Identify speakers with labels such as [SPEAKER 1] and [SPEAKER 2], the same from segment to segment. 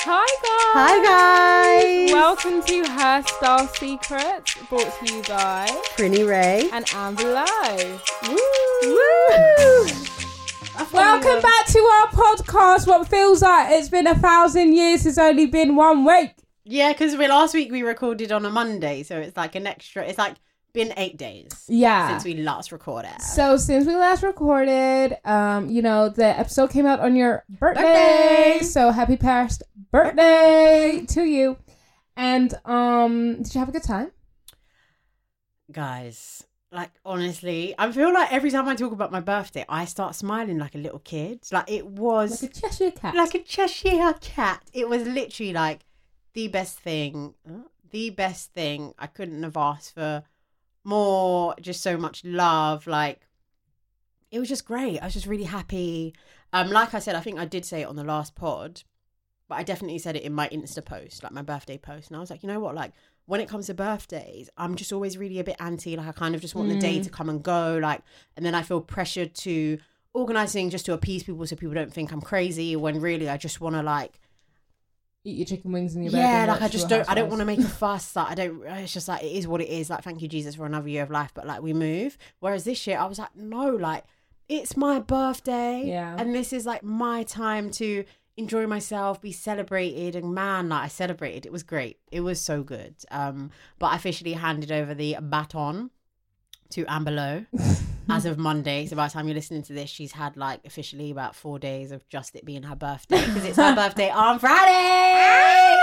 [SPEAKER 1] Hi guys!
[SPEAKER 2] Hi guys!
[SPEAKER 1] Welcome to Hairstyle Secrets, brought to you by
[SPEAKER 2] Prinny Ray.
[SPEAKER 1] and Amber Lowe.
[SPEAKER 2] Woo!
[SPEAKER 1] Welcome back to our podcast. What feels like it's been a thousand years has only been one week.
[SPEAKER 2] Yeah, because we last week we recorded on a Monday, so it's like an extra. It's like been eight days
[SPEAKER 1] Yeah.
[SPEAKER 2] since we last recorded.
[SPEAKER 1] So since we last recorded, um, you know the episode came out on your birthday.
[SPEAKER 2] Birthday.
[SPEAKER 1] So happy past birthday to you. And um, did you have a good time?
[SPEAKER 2] Guys, like honestly, I feel like every time I talk about my birthday, I start smiling like a little kid. Like it was
[SPEAKER 1] Like a Cheshire cat.
[SPEAKER 2] like a Cheshire cat. It was literally like the best thing, the best thing. I couldn't have asked for more. Just so much love. Like it was just great. I was just really happy. Um, like I said, I think I did say it on the last pod, but I definitely said it in my Insta post, like my birthday post, and I was like, you know what, like. When it comes to birthdays, I'm just always really a bit anti. Like, I kind of just want the day to come and go. Like, and then I feel pressured to organizing just to appease people so people don't think I'm crazy when really I just want to like
[SPEAKER 1] Eat your chicken wings and your
[SPEAKER 2] yeah
[SPEAKER 1] burger and
[SPEAKER 2] like I
[SPEAKER 1] watch
[SPEAKER 2] just
[SPEAKER 1] Real
[SPEAKER 2] don't I don't
[SPEAKER 1] Housewives.
[SPEAKER 2] want to make a fuss like I don't it's just like it is what it is like thank you Jesus for another year of life but like we move whereas this year I was like no like it's my birthday
[SPEAKER 1] Yeah.
[SPEAKER 2] and this is like my time to enjoy myself be celebrated and man like I celebrated it was great it was so good um but I officially handed over the baton to Amber Lowe as of Monday. So by the time you're listening to this, she's had like officially about four days of just it being her birthday because it's her birthday on Friday.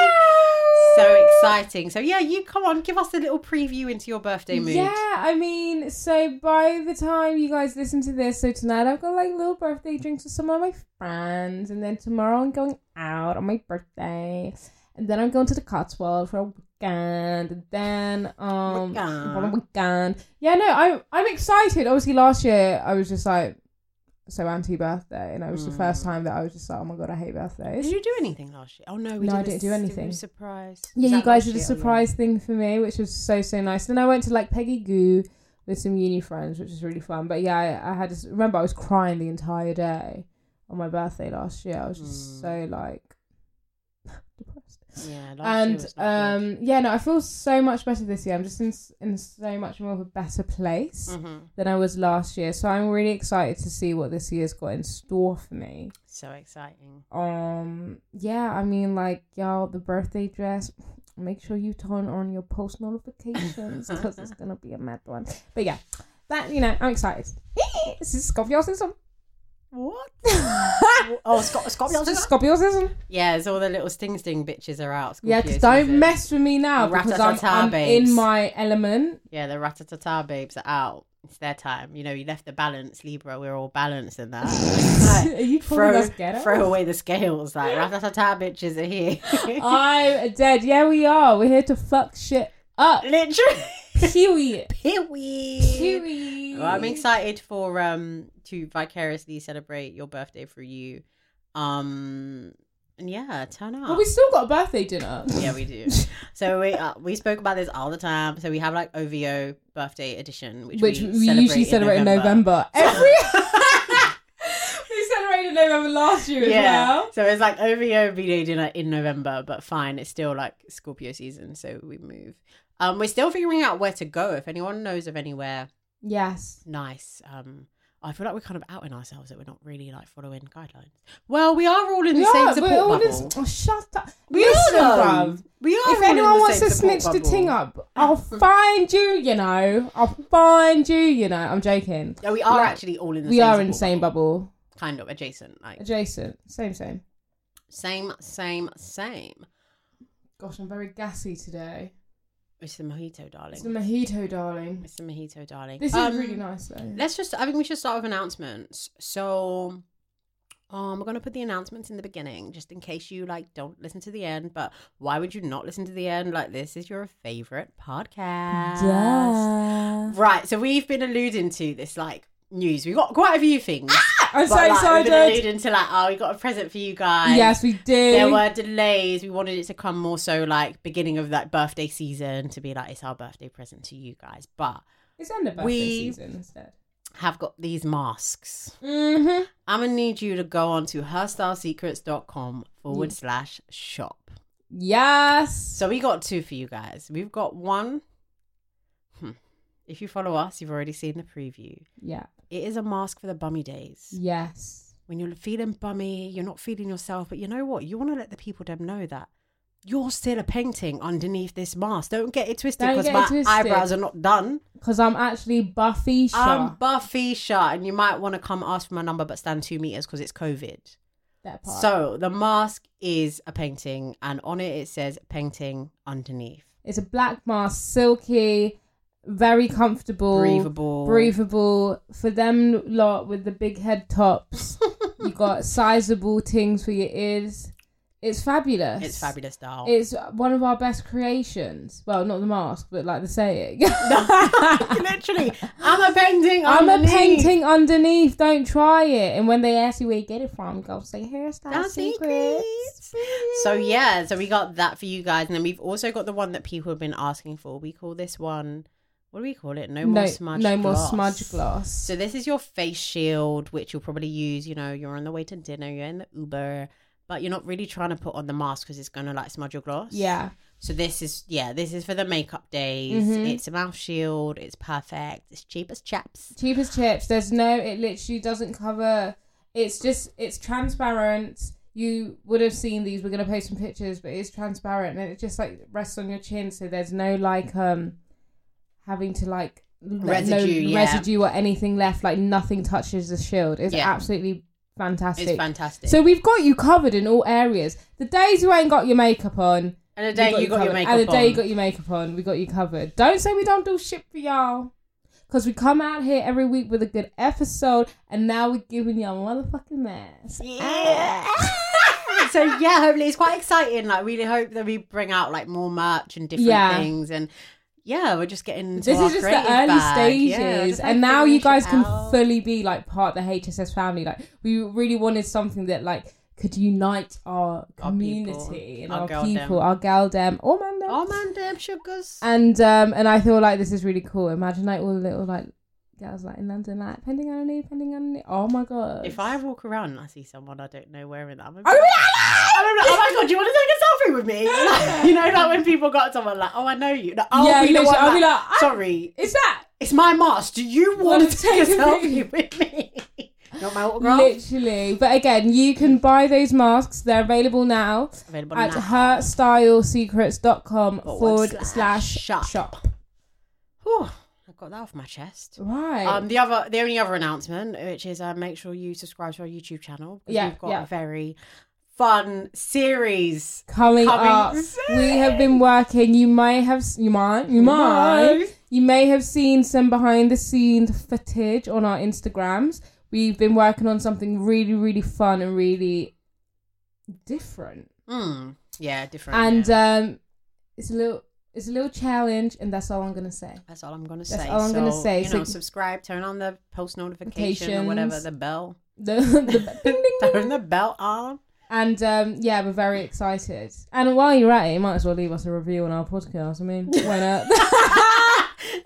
[SPEAKER 2] so exciting. So yeah, you come on, give us a little preview into your birthday mood.
[SPEAKER 1] Yeah, I mean, so by the time you guys listen to this, so tonight I've got like little birthday drinks with some of my friends, and then tomorrow I'm going out on my birthday, and then I'm going to the Cotswold for a weekend, and then um
[SPEAKER 2] Weekend.
[SPEAKER 1] for a weekend. Yeah, no, I'm I'm excited. Obviously, last year I was just like so anti-birthday, and it was the first time that I was just like, oh my god, I hate birthdays.
[SPEAKER 2] Did you do anything last year? Oh no, we
[SPEAKER 1] No, I
[SPEAKER 2] did
[SPEAKER 1] didn't
[SPEAKER 2] a
[SPEAKER 1] do
[SPEAKER 2] s-
[SPEAKER 1] anything.
[SPEAKER 2] Surprise. Was
[SPEAKER 1] Yeah, you
[SPEAKER 2] that
[SPEAKER 1] guys
[SPEAKER 2] last
[SPEAKER 1] did a
[SPEAKER 2] year?
[SPEAKER 1] surprise thing for me, which was so so nice. Then I went to like Peggy Goo with some uni friends, which was really fun. But yeah, I, I had this, remember I was crying the entire day on my birthday last year. I was
[SPEAKER 2] Hmm.
[SPEAKER 1] just so like depressed.
[SPEAKER 2] Yeah, last year
[SPEAKER 1] And
[SPEAKER 2] was not
[SPEAKER 1] um, yeah, no, I feel so much better this year. I'm just in s- in so much more of a better place
[SPEAKER 2] good. Mhm.
[SPEAKER 1] than I was last year. So I'm really excited to see what this year's got in store for me.
[SPEAKER 2] so exciting.
[SPEAKER 1] Um, yeah, I mean, like, y'all, the birthday dress, make sure you turn on your post notifications because it's gonna be a mad one. But yeah, that, you know, I'm excited. this is Scorpiosism.
[SPEAKER 2] What?
[SPEAKER 1] Scorpiosism.
[SPEAKER 2] oh, Scott, Scott,
[SPEAKER 1] Scorpiosism.
[SPEAKER 2] yeah, it's all the little sting sting bitches are out.
[SPEAKER 1] Yeah,
[SPEAKER 2] Scorpio
[SPEAKER 1] because don't
[SPEAKER 2] season.
[SPEAKER 1] mess with me now because I'm,
[SPEAKER 2] Rat-a-tat-tat,
[SPEAKER 1] I'm
[SPEAKER 2] babes.
[SPEAKER 1] in my element.
[SPEAKER 2] Yeah, the ratatata babes are out. It's their time. You know, you left the balance, Libra. We're all balanced in that.
[SPEAKER 1] Are you calling
[SPEAKER 2] throw,
[SPEAKER 1] us ghetto?
[SPEAKER 2] throw away the scales. Like ratatata bitches are here.
[SPEAKER 1] Oh, I'm dead. Yeah, we are. We're here to fuck shit up.
[SPEAKER 2] Literally.
[SPEAKER 1] Period.
[SPEAKER 2] Period.
[SPEAKER 1] Period.
[SPEAKER 2] Well, I'm excited for um to vicariously celebrate your birthday for you. Um and yeah, turn up.
[SPEAKER 1] But we still got a birthday dinner.
[SPEAKER 2] Yeah, we do. so we uh, we spoke about this all the time. So we have like OVO birthday edition, which,
[SPEAKER 1] which we, usually celebrate in November. Every we celebrated November last year as well.
[SPEAKER 2] So it's like OVO video dinner in November, but fine, it's still like Scorpio season, so we move. Um, we're still figuring out where to go. If anyone knows of anywhere
[SPEAKER 1] Yes.
[SPEAKER 2] nice, um, I feel like we're kind of outing ourselves that we're not really like following guidelines. Well, we are all in the
[SPEAKER 1] We
[SPEAKER 2] same
[SPEAKER 1] are,
[SPEAKER 2] support
[SPEAKER 1] we're all in-
[SPEAKER 2] bubble.
[SPEAKER 1] oh, shut up.
[SPEAKER 2] we
[SPEAKER 1] Listen,
[SPEAKER 2] are, though.
[SPEAKER 1] bruv.
[SPEAKER 2] We are. all
[SPEAKER 1] If
[SPEAKER 2] in the
[SPEAKER 1] anyone wants
[SPEAKER 2] same
[SPEAKER 1] to snitch
[SPEAKER 2] support
[SPEAKER 1] the
[SPEAKER 2] bubble.
[SPEAKER 1] ting up, I'll find you, you know. I'll find you, you know. I'm joking.
[SPEAKER 2] Yeah, we are
[SPEAKER 1] Like,
[SPEAKER 2] actually all in the
[SPEAKER 1] We
[SPEAKER 2] same
[SPEAKER 1] are in the
[SPEAKER 2] support
[SPEAKER 1] same bubble.
[SPEAKER 2] bubble. kind of adjacent, like
[SPEAKER 1] Adjacent. Same, same.
[SPEAKER 2] same, same, same.
[SPEAKER 1] Gosh, I'm very gassy today.
[SPEAKER 2] It's the mojito, darling.
[SPEAKER 1] It's the mojito, darling.
[SPEAKER 2] It's the mojito, darling.
[SPEAKER 1] This is
[SPEAKER 2] Um,
[SPEAKER 1] really nice, though.
[SPEAKER 2] Let's just, I think we should start with announcements. So, um, we're going to put the announcements in the beginning just in case you like don't listen to the end. But why would you not listen to the end? Like this is your favorite podcast.
[SPEAKER 1] Duh.
[SPEAKER 2] Right. So we've been alluding to this like news. We've got quite a few things.
[SPEAKER 1] I'm so
[SPEAKER 2] but, like, We've been
[SPEAKER 1] excited.
[SPEAKER 2] alluding to like, oh, we got a present for you guys.
[SPEAKER 1] Yes, we did.
[SPEAKER 2] There were delays. We wanted it to come more so like beginning of that birthday season to be like it's our birthday present to you guys. But
[SPEAKER 1] it's under birthday
[SPEAKER 2] we-
[SPEAKER 1] season instead.
[SPEAKER 2] have got these masks.
[SPEAKER 1] Mm-hmm.
[SPEAKER 2] I'm gonna need you to go on to herstylesecrets.com forward slash shop.
[SPEAKER 1] Yes.
[SPEAKER 2] So we got two for you guys. We've got one. Hmm. If you follow us, you've already seen the preview.
[SPEAKER 1] Yeah.
[SPEAKER 2] It is a mask for the bummy days.
[SPEAKER 1] Yes.
[SPEAKER 2] When you're feeling bummy, you're not feeling yourself, but you know what? You want to let the people them know that you're still a painting underneath this mask. Don't get it twisted
[SPEAKER 1] Don't
[SPEAKER 2] because
[SPEAKER 1] get
[SPEAKER 2] my
[SPEAKER 1] it twisted.
[SPEAKER 2] eyebrows are not done.
[SPEAKER 1] Because I'm actually
[SPEAKER 2] Um,
[SPEAKER 1] Buffy Shaw.
[SPEAKER 2] I'm Buffy Shah, and you might want to come ask for my number, but stand two meters because it's COVID.
[SPEAKER 1] that part.
[SPEAKER 2] So the mask is a painting, and on it it says "painting underneath."
[SPEAKER 1] It's a black mask, silky, very comfortable,
[SPEAKER 2] Breathable.
[SPEAKER 1] breathable. For them lot with the big head tops, you got sizable things for your ears. It's fabulous.
[SPEAKER 2] It's fabulous style.
[SPEAKER 1] It's one of our best creations. Well, not the mask, but like the saying.
[SPEAKER 2] Literally, I'm a painting.
[SPEAKER 1] I'm a
[SPEAKER 2] underneath.
[SPEAKER 1] painting underneath. Don't try it. And when they ask you where you get it from, go say hairstyle
[SPEAKER 2] Our
[SPEAKER 1] secrets.
[SPEAKER 2] secrets. So yeah, so we got that for you guys, and then we've also got the one that people have been asking for. We call this one. What do we call it? No more
[SPEAKER 1] no,
[SPEAKER 2] smudge.
[SPEAKER 1] no more
[SPEAKER 2] gloss.
[SPEAKER 1] smudge gloss.
[SPEAKER 2] So this is your face shield, which you'll probably use. You know, you're on the way to dinner, you're in the Uber, but you're not really trying to put on the mask because it's gonna like smudge your gloss.
[SPEAKER 1] yeah,
[SPEAKER 2] So this is yeah, this is for the makeup days.
[SPEAKER 1] Mhm.
[SPEAKER 2] It's a mouth shield. It's perfect. It's cheap as chaps.
[SPEAKER 1] cheap as chips. There's no. It literally doesn't cover. It's just. It's transparent. You would have seen these. We're gonna post some pictures, but it's transparent and it just like rests on your chin. So there's no like um having to like let-
[SPEAKER 2] Residue,
[SPEAKER 1] no
[SPEAKER 2] yeah.
[SPEAKER 1] residue or anything left. Like nothing touches the shield. It's
[SPEAKER 2] Yeah.
[SPEAKER 1] absolutely fantastic.
[SPEAKER 2] It's fantastic.
[SPEAKER 1] So we've got you covered in all areas. The days you ain't got your makeup on,
[SPEAKER 2] and the
[SPEAKER 1] we
[SPEAKER 2] day you got your
[SPEAKER 1] covered.
[SPEAKER 2] makeup
[SPEAKER 1] and the day
[SPEAKER 2] on.
[SPEAKER 1] you got your makeup on, we got you covered. Don't say we don't do shit for y'all, because we come out here every week with a good episode, and now we're giving y'all motherfucking mess.
[SPEAKER 2] yeah. so yeah, hopefully it's quite exciting. Like really hope that we bring out like more merch and different
[SPEAKER 1] Yeah.
[SPEAKER 2] things and. Yeah, we're just getting. into
[SPEAKER 1] This
[SPEAKER 2] our
[SPEAKER 1] is just the early
[SPEAKER 2] creative bag.
[SPEAKER 1] stages,
[SPEAKER 2] Yeah, just, like,
[SPEAKER 1] and now
[SPEAKER 2] figuring
[SPEAKER 1] you guys
[SPEAKER 2] shit
[SPEAKER 1] can
[SPEAKER 2] out.
[SPEAKER 1] fully be like part of the HSS family. Like we really wanted something that like could unite our
[SPEAKER 2] Our people.
[SPEAKER 1] community and
[SPEAKER 2] Our
[SPEAKER 1] our,
[SPEAKER 2] girl
[SPEAKER 1] people,
[SPEAKER 2] dem.
[SPEAKER 1] our gal dem, or man dem.
[SPEAKER 2] Oh man, damn sugars.
[SPEAKER 1] And um, and I feel like this is really cool. Imagine like all the little like girls like in London, like pending on a knee, pending on a knee. Oh my god!
[SPEAKER 2] If I walk around and I see someone I don't know wearing that, I'm gonna
[SPEAKER 1] Oh,
[SPEAKER 2] be
[SPEAKER 1] really?
[SPEAKER 2] like, I'm gonna be like, oh my god, do you want to take a selfie with me? Like, you know, like when people got someone like, oh, I know you. Like, I'll
[SPEAKER 1] yeah,
[SPEAKER 2] be the
[SPEAKER 1] literally,
[SPEAKER 2] one
[SPEAKER 1] I'll be
[SPEAKER 2] like,
[SPEAKER 1] like, "Ah,
[SPEAKER 2] sorry,
[SPEAKER 1] is that
[SPEAKER 2] it's my mask. Do you want
[SPEAKER 1] Wanna
[SPEAKER 2] to take a
[SPEAKER 1] take a
[SPEAKER 2] selfie with me? You want my autograph?
[SPEAKER 1] literally? But again, you can buy those masks. They're available now
[SPEAKER 2] Available
[SPEAKER 1] at
[SPEAKER 2] now.
[SPEAKER 1] herstylesecrets.com
[SPEAKER 2] Forward
[SPEAKER 1] forward
[SPEAKER 2] slash
[SPEAKER 1] slash
[SPEAKER 2] shop.
[SPEAKER 1] shop.
[SPEAKER 2] Whew, I got that off my chest.
[SPEAKER 1] Right.
[SPEAKER 2] Um, the other, the only other announcement, which is uh, make sure you subscribe to our YouTube channel. 'cause
[SPEAKER 1] Yeah,
[SPEAKER 2] we've got
[SPEAKER 1] yeah.
[SPEAKER 2] a very fun series
[SPEAKER 1] coming,
[SPEAKER 2] coming
[SPEAKER 1] up,
[SPEAKER 2] soon.
[SPEAKER 1] we have been working. You might have, s- you might, you might, You may have seen some behind the scenes footage on our Instagrams. We've been working on something really, really fun and really different.
[SPEAKER 2] Mm, yeah, different.
[SPEAKER 1] And
[SPEAKER 2] yeah.
[SPEAKER 1] um, it's a little, it's a little challenge, and that's all I'm gonna say.
[SPEAKER 2] That's all I'm gonna
[SPEAKER 1] That's
[SPEAKER 2] say.
[SPEAKER 1] all I'm gonna
[SPEAKER 2] So,
[SPEAKER 1] say.
[SPEAKER 2] You
[SPEAKER 1] So-
[SPEAKER 2] know, subscribe, turn on the post notification or whatever,
[SPEAKER 1] Notifications.
[SPEAKER 2] the bell.
[SPEAKER 1] The, the ding, ding, ding.
[SPEAKER 2] turn the bell on.
[SPEAKER 1] And um, yeah, we're very excited. And while you're at it, you might as well leave us a review on our podcast. I mean, why not?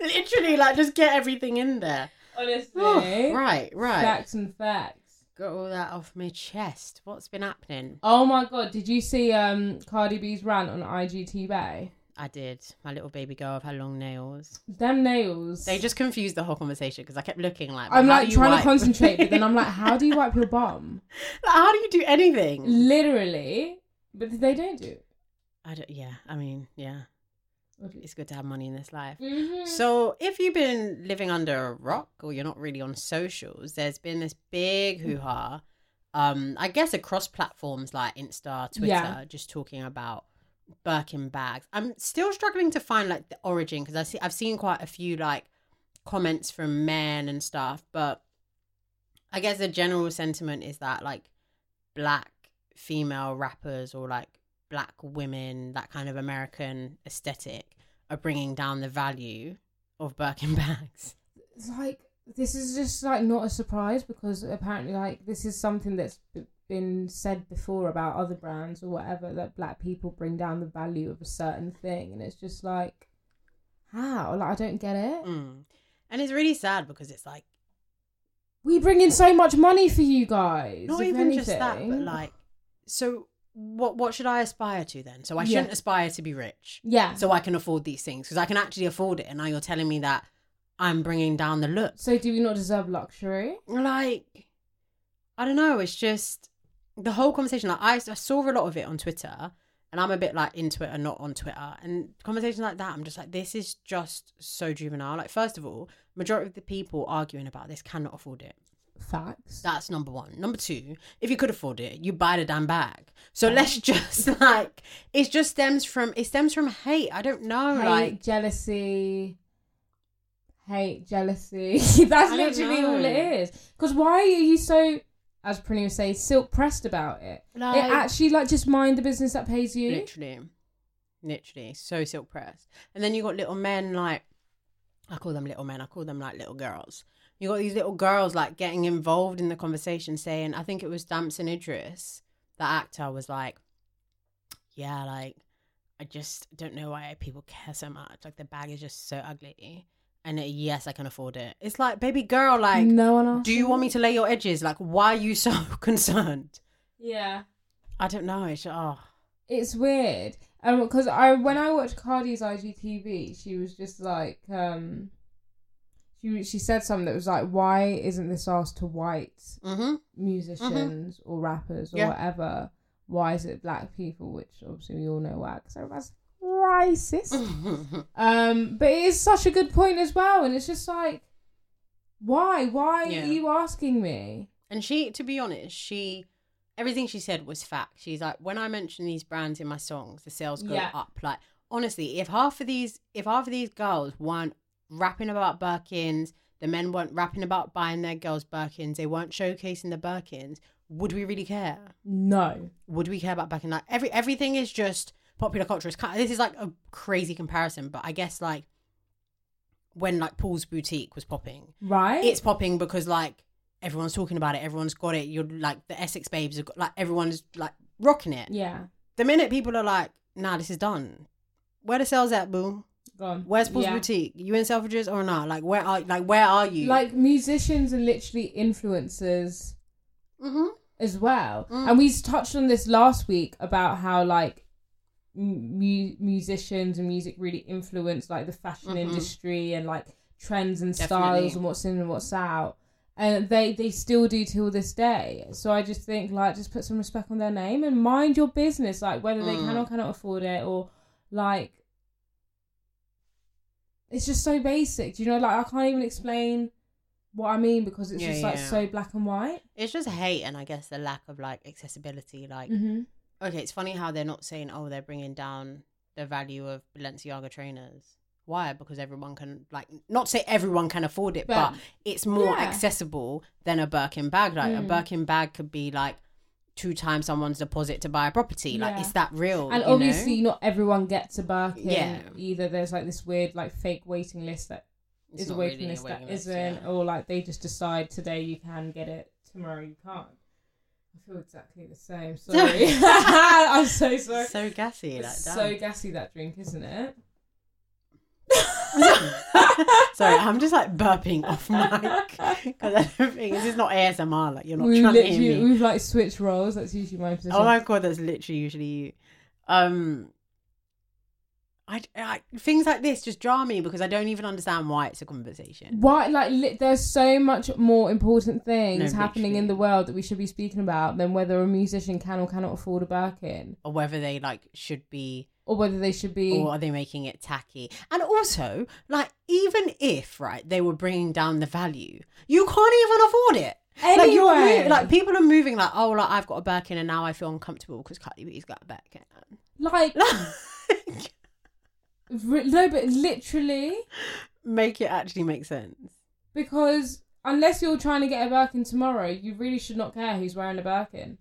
[SPEAKER 2] Literally, like just get everything in there.
[SPEAKER 1] Honestly,
[SPEAKER 2] Oh, right, right.
[SPEAKER 1] facts and facts.
[SPEAKER 2] Got all that off my chest. What's been happening?
[SPEAKER 1] Oh my god, did you see um Cardi B's rant on IGTV?
[SPEAKER 2] I did. My little baby girl. I've had long nails.
[SPEAKER 1] Them nails.
[SPEAKER 2] They just confused the whole conversation because I kept looking like.
[SPEAKER 1] I'm
[SPEAKER 2] "How
[SPEAKER 1] like
[SPEAKER 2] do you
[SPEAKER 1] trying
[SPEAKER 2] wipe?"
[SPEAKER 1] to concentrate, but then I'm like, how do you wipe your bum?
[SPEAKER 2] Like, how do you do
[SPEAKER 1] Mm.
[SPEAKER 2] anything?
[SPEAKER 1] Literally, but they don't do.
[SPEAKER 2] I don't. Yeah. I mean, yeah. It's good to have money in this life.
[SPEAKER 1] Mhm.
[SPEAKER 2] So, if you've been living under a rock or you're not really on socials, there's been this big hoo ha, um, I guess across platforms like Insta, Twitter,
[SPEAKER 1] Yeah.
[SPEAKER 2] just talking about Birkin bags. I'm still struggling to find like the origin because I see I've seen quite a few like comments from men and stuff, but I guess the general sentiment is that like black female rappers or like black women, that kind of American aesthetic, are bringing down the value of Birkin bags.
[SPEAKER 1] It's like this is just like not a surprise because apparently like this is something that's b- been said before about other brands or whatever that black people bring down the value of a certain thing and it's just like how like i don't get it
[SPEAKER 2] Mm. And it's really sad because it's like
[SPEAKER 1] we bring in so much money for you guys
[SPEAKER 2] not
[SPEAKER 1] if
[SPEAKER 2] even just that, but
[SPEAKER 1] anything.
[SPEAKER 2] like so. What what should I aspire to then? So I
[SPEAKER 1] Yeah.
[SPEAKER 2] shouldn't aspire to be rich,
[SPEAKER 1] yeah so,
[SPEAKER 2] so I can afford these things because I can actually afford it. And now you're telling me that I'm bringing down the look.
[SPEAKER 1] do we not deserve luxury
[SPEAKER 2] like i don't know it's just the whole conversation like I, I saw a lot of it on twitter and i'm a bit like into it and not on twitter and conversations like that i'm just like this is just so juvenile like first of all majority of the people arguing about this cannot afford it
[SPEAKER 1] facts
[SPEAKER 2] that's number one number two if you could afford it you buy the damn bag so let's just like it just stems from it stems from hate i don't know
[SPEAKER 1] hate
[SPEAKER 2] like
[SPEAKER 1] jealousy hate jealousy that's
[SPEAKER 2] I don't
[SPEAKER 1] literally all
[SPEAKER 2] know.
[SPEAKER 1] it is because why are you so as Pranina would say silk pressed about it
[SPEAKER 2] Like-
[SPEAKER 1] it actually like just mind the business that pays you
[SPEAKER 2] Literally. Literally. So silk pressed. And then you got little men like I call them little men, I call them like little girls. You got these little girls like getting involved in the conversation saying, I think it was Damson Idris, that actor was like, Yeah, like I just don't know why people care so much. Like the bag is just so ugly. And uh, yes, I can afford it. It's like, baby girl, like,
[SPEAKER 1] no one else
[SPEAKER 2] do you want me to lay your edges? Like, why are you so concerned?
[SPEAKER 1] yeah
[SPEAKER 2] I don't know. It's oh,
[SPEAKER 1] it's weird and because i when i watched cardi's igtv she was just like um she, she said something that was like why isn't this asked to white
[SPEAKER 2] mm-hmm.
[SPEAKER 1] musicians or rappers or
[SPEAKER 2] Yeah.
[SPEAKER 1] whatever. Why is it black people? Which obviously we all know why, because everybody's
[SPEAKER 2] Mm.
[SPEAKER 1] racist.
[SPEAKER 2] Mm-hmm.
[SPEAKER 1] um, but it is such a good point as well, and it's just like, why? Why
[SPEAKER 2] Yeah.
[SPEAKER 1] are you asking me?
[SPEAKER 2] And she, to be honest, she everything she said was fact. She's like, when I mention these brands in my songs, the sales go
[SPEAKER 1] Yeah.
[SPEAKER 2] up. Like honestly, if half of these, if half of these girls weren't rapping about Birkins, the men weren't rapping about buying their girls Birkins, they weren't showcasing the Birkins. Would we really care?
[SPEAKER 1] No.
[SPEAKER 2] Would we care about Birkin? Like every everything is just popular culture. It's kind this is like a crazy comparison, but I guess like when like Paul's boutique was popping,
[SPEAKER 1] Right?
[SPEAKER 2] it's popping because like everyone's talking about it everyone's got it you're like the essex babes have got, like everyone's like rocking it
[SPEAKER 1] yeah.
[SPEAKER 2] the minute people are like nah this is done where the sales at boo
[SPEAKER 1] Gone.
[SPEAKER 2] where's paul's
[SPEAKER 1] Yeah.
[SPEAKER 2] boutique you in selfridges or not like where are like where are you
[SPEAKER 1] Like musicians and literally influencers
[SPEAKER 2] mm-hmm.
[SPEAKER 1] as well.
[SPEAKER 2] Mm.
[SPEAKER 1] And we touched on this last week about how like mu- musicians and music really influence like the fashion
[SPEAKER 2] Mhm.
[SPEAKER 1] industry and like trends and
[SPEAKER 2] Definitely.
[SPEAKER 1] styles and what's in and what's out. And they they still do till this day. So I just think like just put some respect on their name and mind your business. Like whether they can
[SPEAKER 2] Mm.
[SPEAKER 1] or cannot afford it or like it's just so basic. Do you know? Like I can't even explain what I mean because it's
[SPEAKER 2] Yeah,
[SPEAKER 1] just like
[SPEAKER 2] yeah.
[SPEAKER 1] so black and white.
[SPEAKER 2] it's just hate and i guess the lack of like accessibility like
[SPEAKER 1] Mm-hmm.
[SPEAKER 2] okay it's funny how they're not saying oh they're bringing down the value of balenciaga trainers why because everyone can like not say everyone can afford it but
[SPEAKER 1] But-
[SPEAKER 2] it's more
[SPEAKER 1] Yeah.
[SPEAKER 2] accessible than a Birkin bag. Like a
[SPEAKER 1] Mm.
[SPEAKER 2] Birkin bag could be like two times someone's deposit to buy a property. Like
[SPEAKER 1] Yeah.
[SPEAKER 2] it's that real.
[SPEAKER 1] And
[SPEAKER 2] you know?
[SPEAKER 1] obviously, not everyone gets a Birkin
[SPEAKER 2] Yeah.
[SPEAKER 1] either. There's like this weird like fake waiting list that
[SPEAKER 2] It's
[SPEAKER 1] is a
[SPEAKER 2] not
[SPEAKER 1] waiting
[SPEAKER 2] really a
[SPEAKER 1] list that
[SPEAKER 2] waiting list,
[SPEAKER 1] not
[SPEAKER 2] yeah.
[SPEAKER 1] or like they just decide today you can get it, tomorrow you can't. I feel exactly the same. Sorry, I'm so sorry.
[SPEAKER 2] so gassy like that.
[SPEAKER 1] It's so gassy that drink, isn't it?
[SPEAKER 2] Sorry, I'm just like burping off mic because I don't think this is not ASMR. Like you're not
[SPEAKER 1] We
[SPEAKER 2] trying to hear
[SPEAKER 1] literally
[SPEAKER 2] me.
[SPEAKER 1] we've like switched roles. That's usually my position.
[SPEAKER 2] Oh my god, that's literally usually you. Um, I, I things like this just jar me because I don't even understand why it's a conversation.
[SPEAKER 1] Why, like, li- there's so much more important things
[SPEAKER 2] No,
[SPEAKER 1] happening
[SPEAKER 2] literally.
[SPEAKER 1] in the world that we should be speaking about than whether a musician can or cannot afford a Birkin.
[SPEAKER 2] Or whether they like should be
[SPEAKER 1] or whether they should be
[SPEAKER 2] or are they making it tacky? And also, like, even if right, they were bringing down the value, you can't even afford it. Like, you're
[SPEAKER 1] Anyway.
[SPEAKER 2] mo- like people are moving. Like, oh, like I've got a Birkin, and now I feel uncomfortable because Cardi B's got a Birkin.
[SPEAKER 1] like
[SPEAKER 2] Like,
[SPEAKER 1] re- no, but literally
[SPEAKER 2] make it actually make sense.
[SPEAKER 1] because unless you're trying to get a Birkin tomorrow, you really should not care who's wearing a Birkin.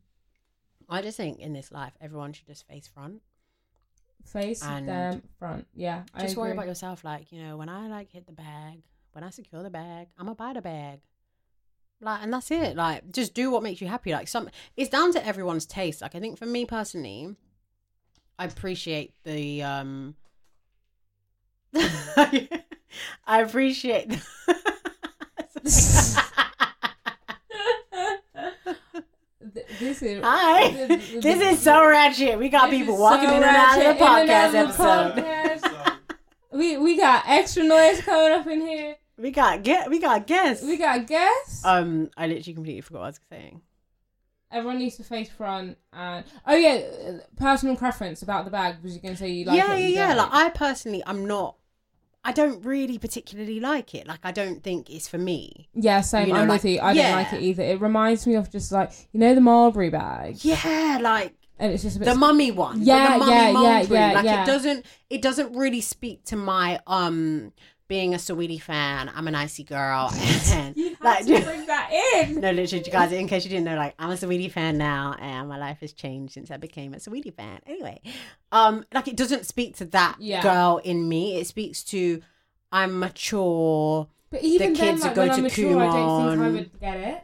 [SPEAKER 2] I just think in this life, everyone should just face front.
[SPEAKER 1] Face
[SPEAKER 2] And-
[SPEAKER 1] them front. Yeah. I
[SPEAKER 2] Just worry
[SPEAKER 1] agree.
[SPEAKER 2] about yourself. Like, you know, when I like hit the bag, when I secure the bag, I'm going to buy the bag. Like, and that's it. Like, just do what makes you happy. Like, some, it's down to everyone's taste. Like, I think for me personally, I appreciate the, um, I appreciate
[SPEAKER 1] Th- this is
[SPEAKER 2] Hi.
[SPEAKER 1] th- th-
[SPEAKER 2] This
[SPEAKER 1] th-
[SPEAKER 2] is so ratchet. We got
[SPEAKER 1] This
[SPEAKER 2] people
[SPEAKER 1] is
[SPEAKER 2] walking
[SPEAKER 1] so
[SPEAKER 2] in and out of
[SPEAKER 1] ratchet,
[SPEAKER 2] the
[SPEAKER 1] in and
[SPEAKER 2] podcast
[SPEAKER 1] out of the
[SPEAKER 2] episode.
[SPEAKER 1] podcast. we we got extra noise coming up in here.
[SPEAKER 2] We got get. We got guests.
[SPEAKER 1] We got guests.
[SPEAKER 2] um, I literally completely forgot what I was saying.
[SPEAKER 1] Everyone needs to face front and oh yeah, uh, personal preference about the bag was you gonna say you like
[SPEAKER 2] yeah,
[SPEAKER 1] it, you
[SPEAKER 2] yeah, yeah.
[SPEAKER 1] don't.
[SPEAKER 2] Like I personally, I'm not. I don't really particularly like it. Like I don't think it's for me.
[SPEAKER 1] yeah, same.
[SPEAKER 2] you know,
[SPEAKER 1] I'm
[SPEAKER 2] like-
[SPEAKER 1] with you. I
[SPEAKER 2] yeah.
[SPEAKER 1] don't like it either. It reminds me of just like you know the Marlboro bag,
[SPEAKER 2] Yeah, like
[SPEAKER 1] and it's just a bit.
[SPEAKER 2] the mummy one.
[SPEAKER 1] Yeah,
[SPEAKER 2] the mummy
[SPEAKER 1] yeah, yeah,
[SPEAKER 2] Mulberry.
[SPEAKER 1] yeah,
[SPEAKER 2] Like
[SPEAKER 1] yeah.
[SPEAKER 2] it doesn't. It doesn't really speak to my um being a Saweetie fan. I'm an icy girl. And,
[SPEAKER 1] you have
[SPEAKER 2] like,
[SPEAKER 1] to bring that in.
[SPEAKER 2] No, literally, you guys, in case you didn't know, like I'm a Saweetie fan now, and my life has changed since I became a Saweetie fan. Anyway, um, like it doesn't speak to that
[SPEAKER 1] Yeah.
[SPEAKER 2] girl in me. It speaks to I'm mature.
[SPEAKER 1] But even then,
[SPEAKER 2] kids that
[SPEAKER 1] like,
[SPEAKER 2] go
[SPEAKER 1] when
[SPEAKER 2] to
[SPEAKER 1] I'm mature, I don't think I
[SPEAKER 2] Kumon.
[SPEAKER 1] would get it.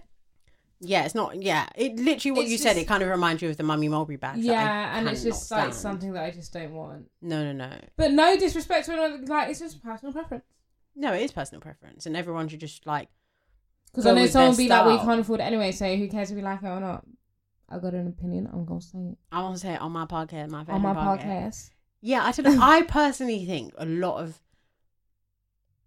[SPEAKER 2] Yeah, it's not. Yeah, it literally what
[SPEAKER 1] It's
[SPEAKER 2] you said.
[SPEAKER 1] just-
[SPEAKER 2] It kind of reminds you of the Mummy Mulberry bag. that I
[SPEAKER 1] yeah, and it's
[SPEAKER 2] cannot
[SPEAKER 1] just like
[SPEAKER 2] stand.
[SPEAKER 1] something that I just don't want.
[SPEAKER 2] No, no, no,
[SPEAKER 1] But no disrespect to another, like it's just personal preference.
[SPEAKER 2] no. It is personal preference, and everyone should just like.
[SPEAKER 1] Because
[SPEAKER 2] Go
[SPEAKER 1] I know
[SPEAKER 2] with
[SPEAKER 1] someone will
[SPEAKER 2] their
[SPEAKER 1] be like, "We
[SPEAKER 2] style.
[SPEAKER 1] can't afford it anyway," so who cares if we like it or not? I got an opinion. I'm gonna say it
[SPEAKER 2] I want to say it on my podcast, my
[SPEAKER 1] on my
[SPEAKER 2] favorite
[SPEAKER 1] podcast.
[SPEAKER 2] Yeah, I don't know. I personally think a lot of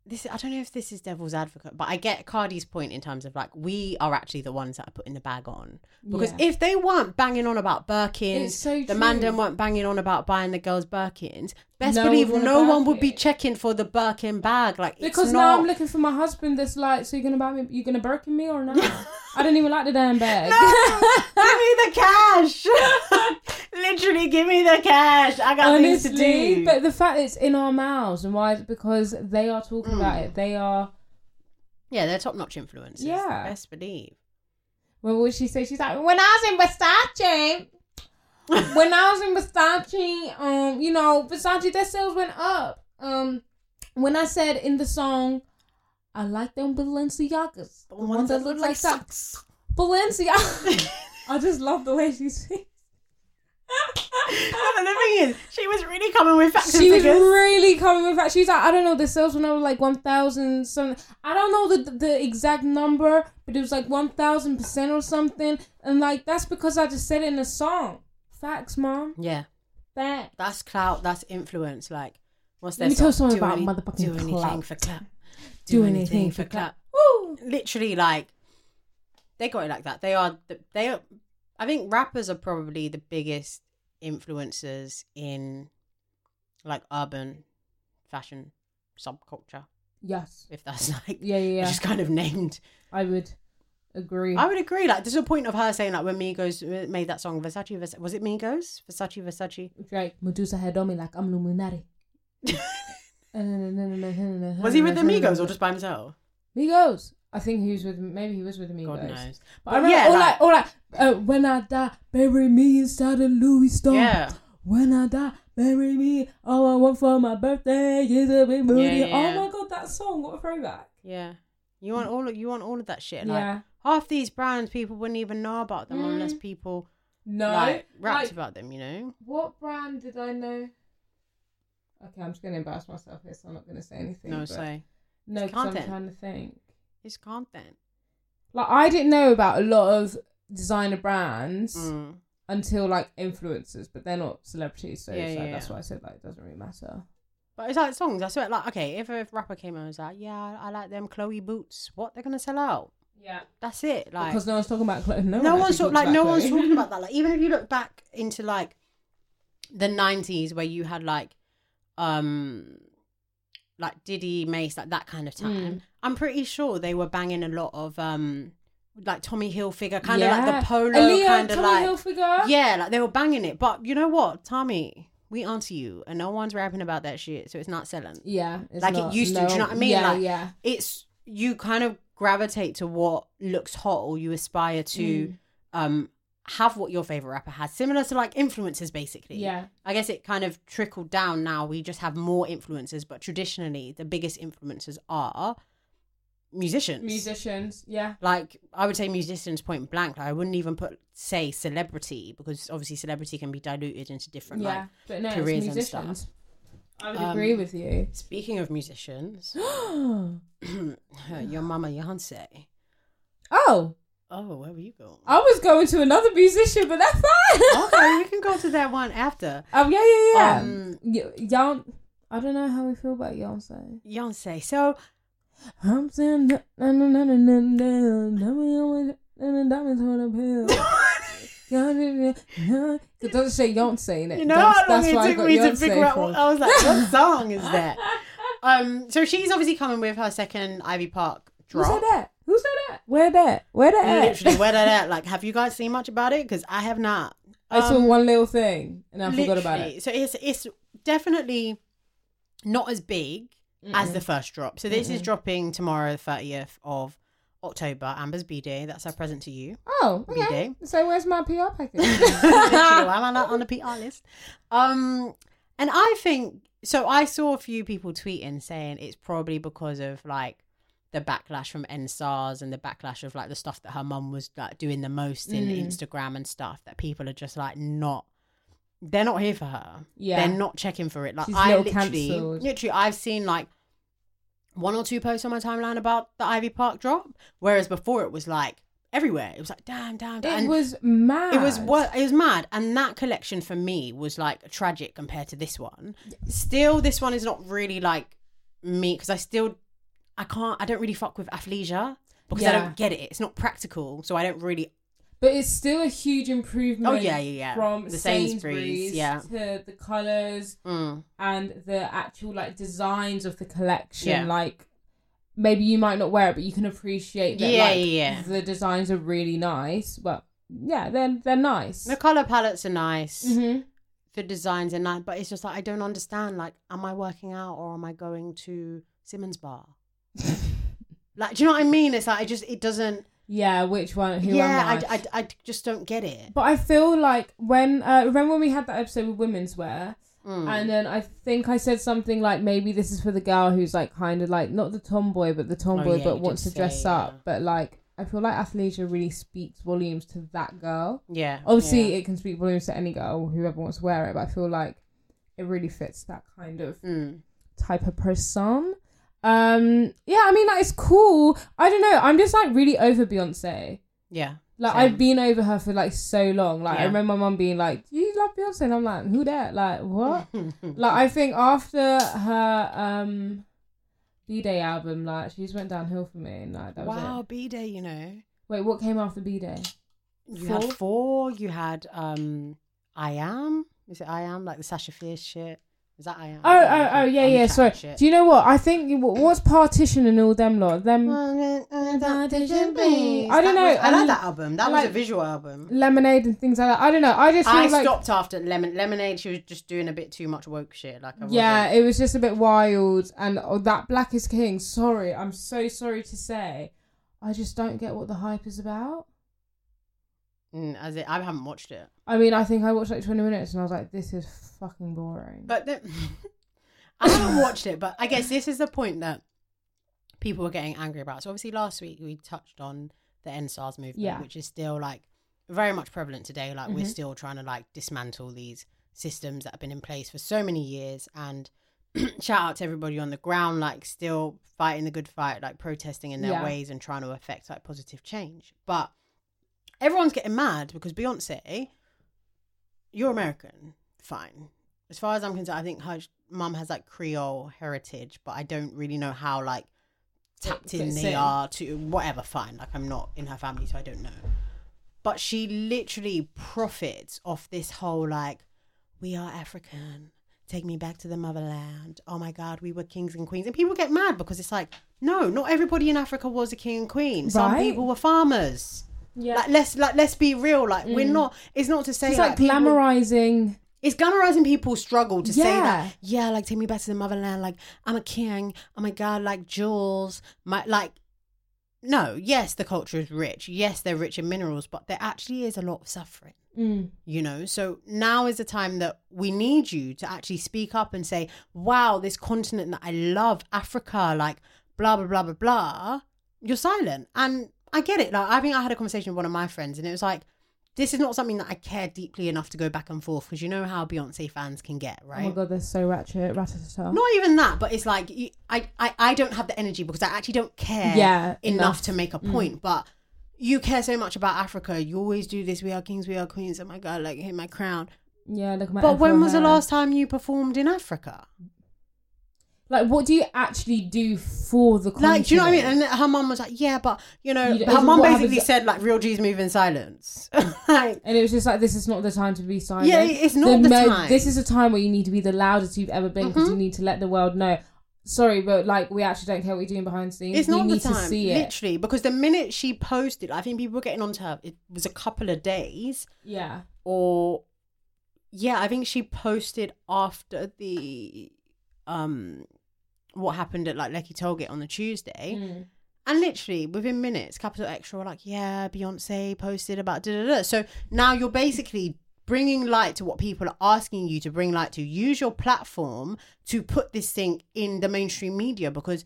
[SPEAKER 2] this. I don't know if this is devil's advocate, but I get Cardi's point in terms of like we are actually the ones that are putting the bag on because
[SPEAKER 1] Yeah.
[SPEAKER 2] if they weren't banging on about Birkins,
[SPEAKER 1] It's so
[SPEAKER 2] the
[SPEAKER 1] true.
[SPEAKER 2] Mandan weren't banging on about buying the girls Birkins. Best
[SPEAKER 1] No
[SPEAKER 2] believe
[SPEAKER 1] one would
[SPEAKER 2] no
[SPEAKER 1] have
[SPEAKER 2] one would be
[SPEAKER 1] Birkin.
[SPEAKER 2] checking for the Birkin bag. Like
[SPEAKER 1] because
[SPEAKER 2] it's
[SPEAKER 1] now
[SPEAKER 2] not...
[SPEAKER 1] I'm looking for my husband. That's like, so you're gonna buy me? You're gonna Birkin me or not? I don't even like the damn bag.
[SPEAKER 2] give me the cash. Literally, give me the cash. I got things to
[SPEAKER 1] Honestly,
[SPEAKER 2] do.
[SPEAKER 1] but the fact that it's in our mouths and why? Because they are talking
[SPEAKER 2] Mm.
[SPEAKER 1] about it. They are.
[SPEAKER 2] Yeah, they're top-notch influencers.
[SPEAKER 1] Yeah.
[SPEAKER 2] best believe.
[SPEAKER 1] Well, what would she say? She's like, when I was in Versace. when I was in Versace, um, you know, Versace, their sales went up. Um, when I said in the song, I like them Balenciagas, the, ones, that look like socks. Balenciaga. I just love the way she sings.
[SPEAKER 2] No, but the thing is, she was really coming with facts
[SPEAKER 1] She
[SPEAKER 2] and
[SPEAKER 1] was
[SPEAKER 2] figures.
[SPEAKER 1] really coming with that. She's like, I don't know, the sales went over like 1,000 something. I don't know the, the exact number, but it was like 1,000% or something. And like, that's because I just said it in a song. Facts, mom.
[SPEAKER 2] yeah,
[SPEAKER 1] Facts.
[SPEAKER 2] that's clout. That's influence. Like, what's
[SPEAKER 1] Let
[SPEAKER 2] that?
[SPEAKER 1] me tell
[SPEAKER 2] song?
[SPEAKER 1] someone about
[SPEAKER 2] any-
[SPEAKER 1] motherfucking
[SPEAKER 2] Do anything
[SPEAKER 1] clout.
[SPEAKER 2] for clap.
[SPEAKER 1] Do anything for clap. Woo!
[SPEAKER 2] Literally, like they got it like that. They are. The, they. Are, I think rappers are probably the biggest influencers in like urban fashion subculture.
[SPEAKER 1] Yes.
[SPEAKER 2] If that's like
[SPEAKER 1] Yeah, yeah, yeah.
[SPEAKER 2] just kind of named.
[SPEAKER 1] I would agree.
[SPEAKER 2] I would agree. Like, there's a point of her saying like when Migos made that song Versace. Versace was it Migos? Versace, Versace.
[SPEAKER 1] Drake, Medusa had on me like I'm Luminati.
[SPEAKER 2] Was he with the Migos or just by himself?
[SPEAKER 1] Migos? I think he was with maybe he was with the Migos.
[SPEAKER 2] God knows.
[SPEAKER 1] But I remember
[SPEAKER 2] yeah,
[SPEAKER 1] all like,
[SPEAKER 2] like-
[SPEAKER 1] all like, uh, when I die, bury me inside a Louis Storm.
[SPEAKER 2] Yeah.
[SPEAKER 1] When I die, bury me. All I want for my birthday is a big booty.
[SPEAKER 2] Yeah, yeah.
[SPEAKER 1] Oh my god, that song! What a throwback.
[SPEAKER 2] Yeah. You want all of you want all of that shit. Like
[SPEAKER 1] Yeah.
[SPEAKER 2] half these brands people wouldn't even know about them unless people
[SPEAKER 1] No,
[SPEAKER 2] like rapped
[SPEAKER 1] Like,
[SPEAKER 2] about them, you know?
[SPEAKER 1] what brand did I know? Okay, I'm just gonna embarrass myself here, so I'm not gonna say anything.
[SPEAKER 2] No
[SPEAKER 1] but-
[SPEAKER 2] say.
[SPEAKER 1] no,
[SPEAKER 2] It's
[SPEAKER 1] 'cause I'm
[SPEAKER 2] content.
[SPEAKER 1] trying to think.
[SPEAKER 2] It's content.
[SPEAKER 1] Like I didn't know about a lot of designer brands
[SPEAKER 2] Mm.
[SPEAKER 1] until like influencers, but they're not celebrities, so
[SPEAKER 2] Yeah,
[SPEAKER 1] it's like,
[SPEAKER 2] yeah,
[SPEAKER 1] that's
[SPEAKER 2] yeah.
[SPEAKER 1] why I said like it doesn't really matter.
[SPEAKER 2] But it's like songs. I swear, like, okay, if a rapper came out and was like, Yeah, I, I like them Chloe boots, what they're gonna sell out.
[SPEAKER 1] Yeah.
[SPEAKER 2] That's it. Like
[SPEAKER 1] because no one's talking about clothes. No,
[SPEAKER 2] no
[SPEAKER 1] one
[SPEAKER 2] one's
[SPEAKER 1] actually talks
[SPEAKER 2] talk, like
[SPEAKER 1] about
[SPEAKER 2] no one's
[SPEAKER 1] clothes.
[SPEAKER 2] talking about that. Like even if you look back into like the nineties where you had like um like Diddy Mace, like that kind of time,
[SPEAKER 1] Mm.
[SPEAKER 2] I'm pretty sure they were banging a lot of um like Tommy Hilfiger, kind of like
[SPEAKER 1] Yeah.
[SPEAKER 2] the polo
[SPEAKER 1] Aaliyah,
[SPEAKER 2] kind of
[SPEAKER 1] Tommy
[SPEAKER 2] like
[SPEAKER 1] Hilfiger.
[SPEAKER 2] Yeah, like they were banging it. But you know what, Tommy, we onto you and no one's rapping about that shit, so it's not selling.
[SPEAKER 1] yeah, it's
[SPEAKER 2] Like it
[SPEAKER 1] not-
[SPEAKER 2] used to, do you know what I mean?
[SPEAKER 1] Yeah,
[SPEAKER 2] Like,
[SPEAKER 1] yeah,
[SPEAKER 2] It's
[SPEAKER 1] Mm.
[SPEAKER 2] you kind of gravitate to what looks hot or you aspire to um have what your favorite rapper has, similar to like influences, basically.
[SPEAKER 1] Yeah.
[SPEAKER 2] I guess it kind of trickled down now. We just have more influences, but traditionally, the biggest influences are musicians.
[SPEAKER 1] Musicians. Yeah.
[SPEAKER 2] Like, I would say musicians point blank. Like, I wouldn't even put, say, celebrity, because obviously, celebrity can be diluted into different,
[SPEAKER 1] yeah.
[SPEAKER 2] like,
[SPEAKER 1] but no, it's
[SPEAKER 2] careers and Um,
[SPEAKER 1] musicians. I would agree with you.
[SPEAKER 2] Speaking of musicians,
[SPEAKER 1] oh,
[SPEAKER 2] your mama Yancey. Oh, where were you going?
[SPEAKER 1] I was going to another musician, but that's fine.
[SPEAKER 2] okay, you can go to that one after.
[SPEAKER 1] Um, yeah, yeah, yeah.
[SPEAKER 2] Um,
[SPEAKER 1] Y- y'all, I don't know how we feel about Beyonce.
[SPEAKER 2] Beyonce. So
[SPEAKER 1] I'm saying, na- na- na- na- na- na- na- tell me how much- na- na- diamonds on a pill. Yeah, yeah, yeah. It doesn't say Beyonce in it.
[SPEAKER 2] you know
[SPEAKER 1] that's,
[SPEAKER 2] how long
[SPEAKER 1] that's why
[SPEAKER 2] it
[SPEAKER 1] I
[SPEAKER 2] took
[SPEAKER 1] got
[SPEAKER 2] me to
[SPEAKER 1] Beyonce
[SPEAKER 2] figure out.
[SPEAKER 1] from.
[SPEAKER 2] What, I was like, what song is that? Um, so she's obviously coming with her second Ivy Park
[SPEAKER 1] Who said
[SPEAKER 2] drop.
[SPEAKER 1] that? Who said that? Where that? Where that? at?
[SPEAKER 2] Literally, where that at? Like, have you guys seen much about it? Because I have not.
[SPEAKER 1] I saw
[SPEAKER 2] Um,
[SPEAKER 1] one little thing and I forgot about
[SPEAKER 2] Literally.
[SPEAKER 1] it.
[SPEAKER 2] So it's it's definitely not as big as the first drop. So this is dropping tomorrow, the thirtieth of October. Amber's B Day. That's our present to you.
[SPEAKER 1] Oh, okay.
[SPEAKER 2] day.
[SPEAKER 1] So where's my PR package?
[SPEAKER 2] Literally, why am I not on the PR list? Um, and I think so. I saw a few people tweeting saying it's probably because of like the backlash from NSARS and the backlash of like the stuff that her mum was like doing the most in
[SPEAKER 1] Mm.
[SPEAKER 2] Instagram and stuff that people are just like not. They're not here for her.
[SPEAKER 1] Yeah.
[SPEAKER 2] they're not checking for it. Like
[SPEAKER 1] She's
[SPEAKER 2] I
[SPEAKER 1] little
[SPEAKER 2] literally,
[SPEAKER 1] cancelled.
[SPEAKER 2] literally, I've seen like one or two posts on my timeline about the Ivy Park drop, whereas before it was like everywhere. It was like damn, damn, damn.
[SPEAKER 1] it
[SPEAKER 2] And-
[SPEAKER 1] was mad.
[SPEAKER 2] it was what it was mad, and that collection for me was like tragic compared to this one. Still, this one is not really like me because I still I can't I don't really fuck with athleisure because I
[SPEAKER 1] Yeah.
[SPEAKER 2] don't get it. It's not practical, so I don't really.
[SPEAKER 1] But it's still a huge improvement.
[SPEAKER 2] Oh, yeah, yeah, yeah.
[SPEAKER 1] From
[SPEAKER 2] The
[SPEAKER 1] Sainsbury's,
[SPEAKER 2] Sainsbury's, yeah.
[SPEAKER 1] to the colours
[SPEAKER 2] Mm,
[SPEAKER 1] and the actual like designs of the collection.
[SPEAKER 2] Yeah.
[SPEAKER 1] Like maybe you might not wear it, but you can appreciate that.
[SPEAKER 2] Yeah,
[SPEAKER 1] like,
[SPEAKER 2] yeah, yeah.
[SPEAKER 1] The designs are really nice. Well, yeah, they're they're nice.
[SPEAKER 2] the color palettes are nice.
[SPEAKER 1] hmm
[SPEAKER 2] The designs are nice, but it's just like I don't understand. Like, am I working out or am I going to Simmons Bar? like, do you know what I mean? It's like I just it doesn't.
[SPEAKER 1] Yeah, which one? Who
[SPEAKER 2] yeah,
[SPEAKER 1] am
[SPEAKER 2] I, I, I just don't get it.
[SPEAKER 1] But I feel like when uh, remember when we had that episode with women's wear,
[SPEAKER 2] Mm.
[SPEAKER 1] and then I think I said something like maybe this is for the girl who's like kind of like not the tomboy, but the tomboy,
[SPEAKER 2] Oh, yeah, you
[SPEAKER 1] but
[SPEAKER 2] did
[SPEAKER 1] wants to
[SPEAKER 2] say,
[SPEAKER 1] dress
[SPEAKER 2] yeah.
[SPEAKER 1] up. But like I feel like athleisure really speaks volumes to that girl.
[SPEAKER 2] yeah,
[SPEAKER 1] Obviously,
[SPEAKER 2] yeah.
[SPEAKER 1] it can speak volumes to any girl, whoever wants to wear it. But I feel like it really fits that kind of
[SPEAKER 2] Mm.
[SPEAKER 1] type of person. Um, yeah, I mean, like it's cool. I don't know. I'm just like really over Beyonce.
[SPEAKER 2] Yeah.
[SPEAKER 1] Like
[SPEAKER 2] Same.
[SPEAKER 1] I've been over her for like so long. Like I
[SPEAKER 2] Yeah.
[SPEAKER 1] remember my mum being like, "Do you love Beyonce?" And I'm like, "Who that?" Like what? like I think after her um B Day album, like she just went downhill for me. And, like that was
[SPEAKER 2] wow,
[SPEAKER 1] it.
[SPEAKER 2] B Day, you know.
[SPEAKER 1] Wait, what came after B Day?
[SPEAKER 2] You
[SPEAKER 1] Four?
[SPEAKER 2] had four, you had um I am. Is it I am? Like the Sasha Fierce shit. Is that I am?
[SPEAKER 1] Oh, oh, oh, yeah,
[SPEAKER 2] I'm
[SPEAKER 1] yeah.
[SPEAKER 2] chatting
[SPEAKER 1] Sorry.
[SPEAKER 2] shit.
[SPEAKER 1] Do you know what? I think you- what- what's partition and all them lot. Them I don't
[SPEAKER 2] That was-
[SPEAKER 1] know,
[SPEAKER 2] I
[SPEAKER 1] um,
[SPEAKER 2] like that album. That was
[SPEAKER 1] like-
[SPEAKER 2] a visual album.
[SPEAKER 1] lemonade and things like that. I don't know. I just feel
[SPEAKER 2] I
[SPEAKER 1] like
[SPEAKER 2] stopped after Lemon Lemonade. She was just doing a bit too much woke shit. Like I
[SPEAKER 1] yeah,
[SPEAKER 2] wasn't-
[SPEAKER 1] it was just a bit wild. And oh, that Black is King. Sorry, I'm so sorry to say, I just don't get what the hype is about.
[SPEAKER 2] Mm, as it, I haven't watched it,
[SPEAKER 1] I mean, I think I watched like 20 minutes and I was like, this is fucking boring.
[SPEAKER 2] but the, I haven't watched it. But I guess this is the point that people were getting angry about. So obviously last week we touched on the NSARS movement,
[SPEAKER 1] Yeah.
[SPEAKER 2] which is still like very much prevalent today. Like we're
[SPEAKER 1] Mhm.
[SPEAKER 2] still trying to like dismantle these systems that have been in place for so many years and shout out to everybody on the ground, like still fighting the good fight, like protesting in their
[SPEAKER 1] Yeah.
[SPEAKER 2] ways and trying to affect like positive change. But everyone's getting mad because Beyonce, you're American, fine. As far as I'm concerned, I think her mum has like Creole heritage, but I don't really know how like tapped in
[SPEAKER 1] fits
[SPEAKER 2] they
[SPEAKER 1] in.
[SPEAKER 2] are to whatever fine like i'm not in her family so i don't know but she literally profits off this whole like we are african take me back to the motherland oh my god we were kings and queens and people get mad because it's like no not everybody in africa was a king and queen some
[SPEAKER 1] Right.
[SPEAKER 2] people were farmers
[SPEAKER 1] yeah. Mm.
[SPEAKER 2] like let's like let's be real like we're not it's not to say
[SPEAKER 1] it's like
[SPEAKER 2] people-
[SPEAKER 1] glamorizing.
[SPEAKER 2] it's glamorizing people's struggle to say
[SPEAKER 1] Yeah.
[SPEAKER 2] that. Yeah, like take me back to the motherland. Like I'm a king. Oh my god, like jewels. My like no, yes, the culture is rich. Yes, they're rich in minerals, but there actually is a lot of suffering,
[SPEAKER 1] Mm.
[SPEAKER 2] you know? So now is the time that we need you to actually speak up and say, wow, this continent that I love, Africa, like blah, blah, blah, blah, blah. You're silent. And I get it. Like, I think I had a conversation with one of my friends, and it was like, this is not something that I care deeply enough to go back and forth because you know how Beyonce fans can get, right?
[SPEAKER 1] Oh my god, they're so ratchet, ratchet.
[SPEAKER 2] Not even that, but it's like you, I, I, I don't have the energy because I actually don't care
[SPEAKER 1] Yeah,
[SPEAKER 2] enough,
[SPEAKER 1] enough. Mm.
[SPEAKER 2] to make a point. But you care so much about Africa. You always do this. We are kings. We are queens. Oh my god! Like hit my crown.
[SPEAKER 1] yeah, look at my.
[SPEAKER 2] but when
[SPEAKER 1] afro
[SPEAKER 2] was the
[SPEAKER 1] hair.
[SPEAKER 2] last time you performed in Africa?
[SPEAKER 1] Like, what do you actually do for the? Continent?
[SPEAKER 2] Like, do you know what I mean? And her mum was like, "Yeah, but you know,"
[SPEAKER 1] You don't-
[SPEAKER 2] her mum
[SPEAKER 1] what
[SPEAKER 2] basically
[SPEAKER 1] happens-
[SPEAKER 2] said, "Like real G's move in silence." like,
[SPEAKER 1] And it was just like, this is not the time to be silent.
[SPEAKER 2] Yeah, it's not the time. Mm-hmm.
[SPEAKER 1] This is a time where you need to be the loudest you've ever been because you need to let the world know. Sorry, but like, we actually don't care what you're doing behind the scenes.
[SPEAKER 2] It's
[SPEAKER 1] we
[SPEAKER 2] not
[SPEAKER 1] need
[SPEAKER 2] the time,
[SPEAKER 1] to see it.
[SPEAKER 2] literally, because the minute she posted, I think people were getting onto her. It was a couple of days,
[SPEAKER 1] Yeah.
[SPEAKER 2] or yeah, I think she posted after the um what happened at like Lecky Tollgate on the Tuesday,
[SPEAKER 1] Mm.
[SPEAKER 2] and literally within minutes, Capital Extra were like, "Yeah, Beyonce posted about da da da." So now you're basically bringing light to what people are asking you to bring light to. Use your platform to put this thing in the mainstream media because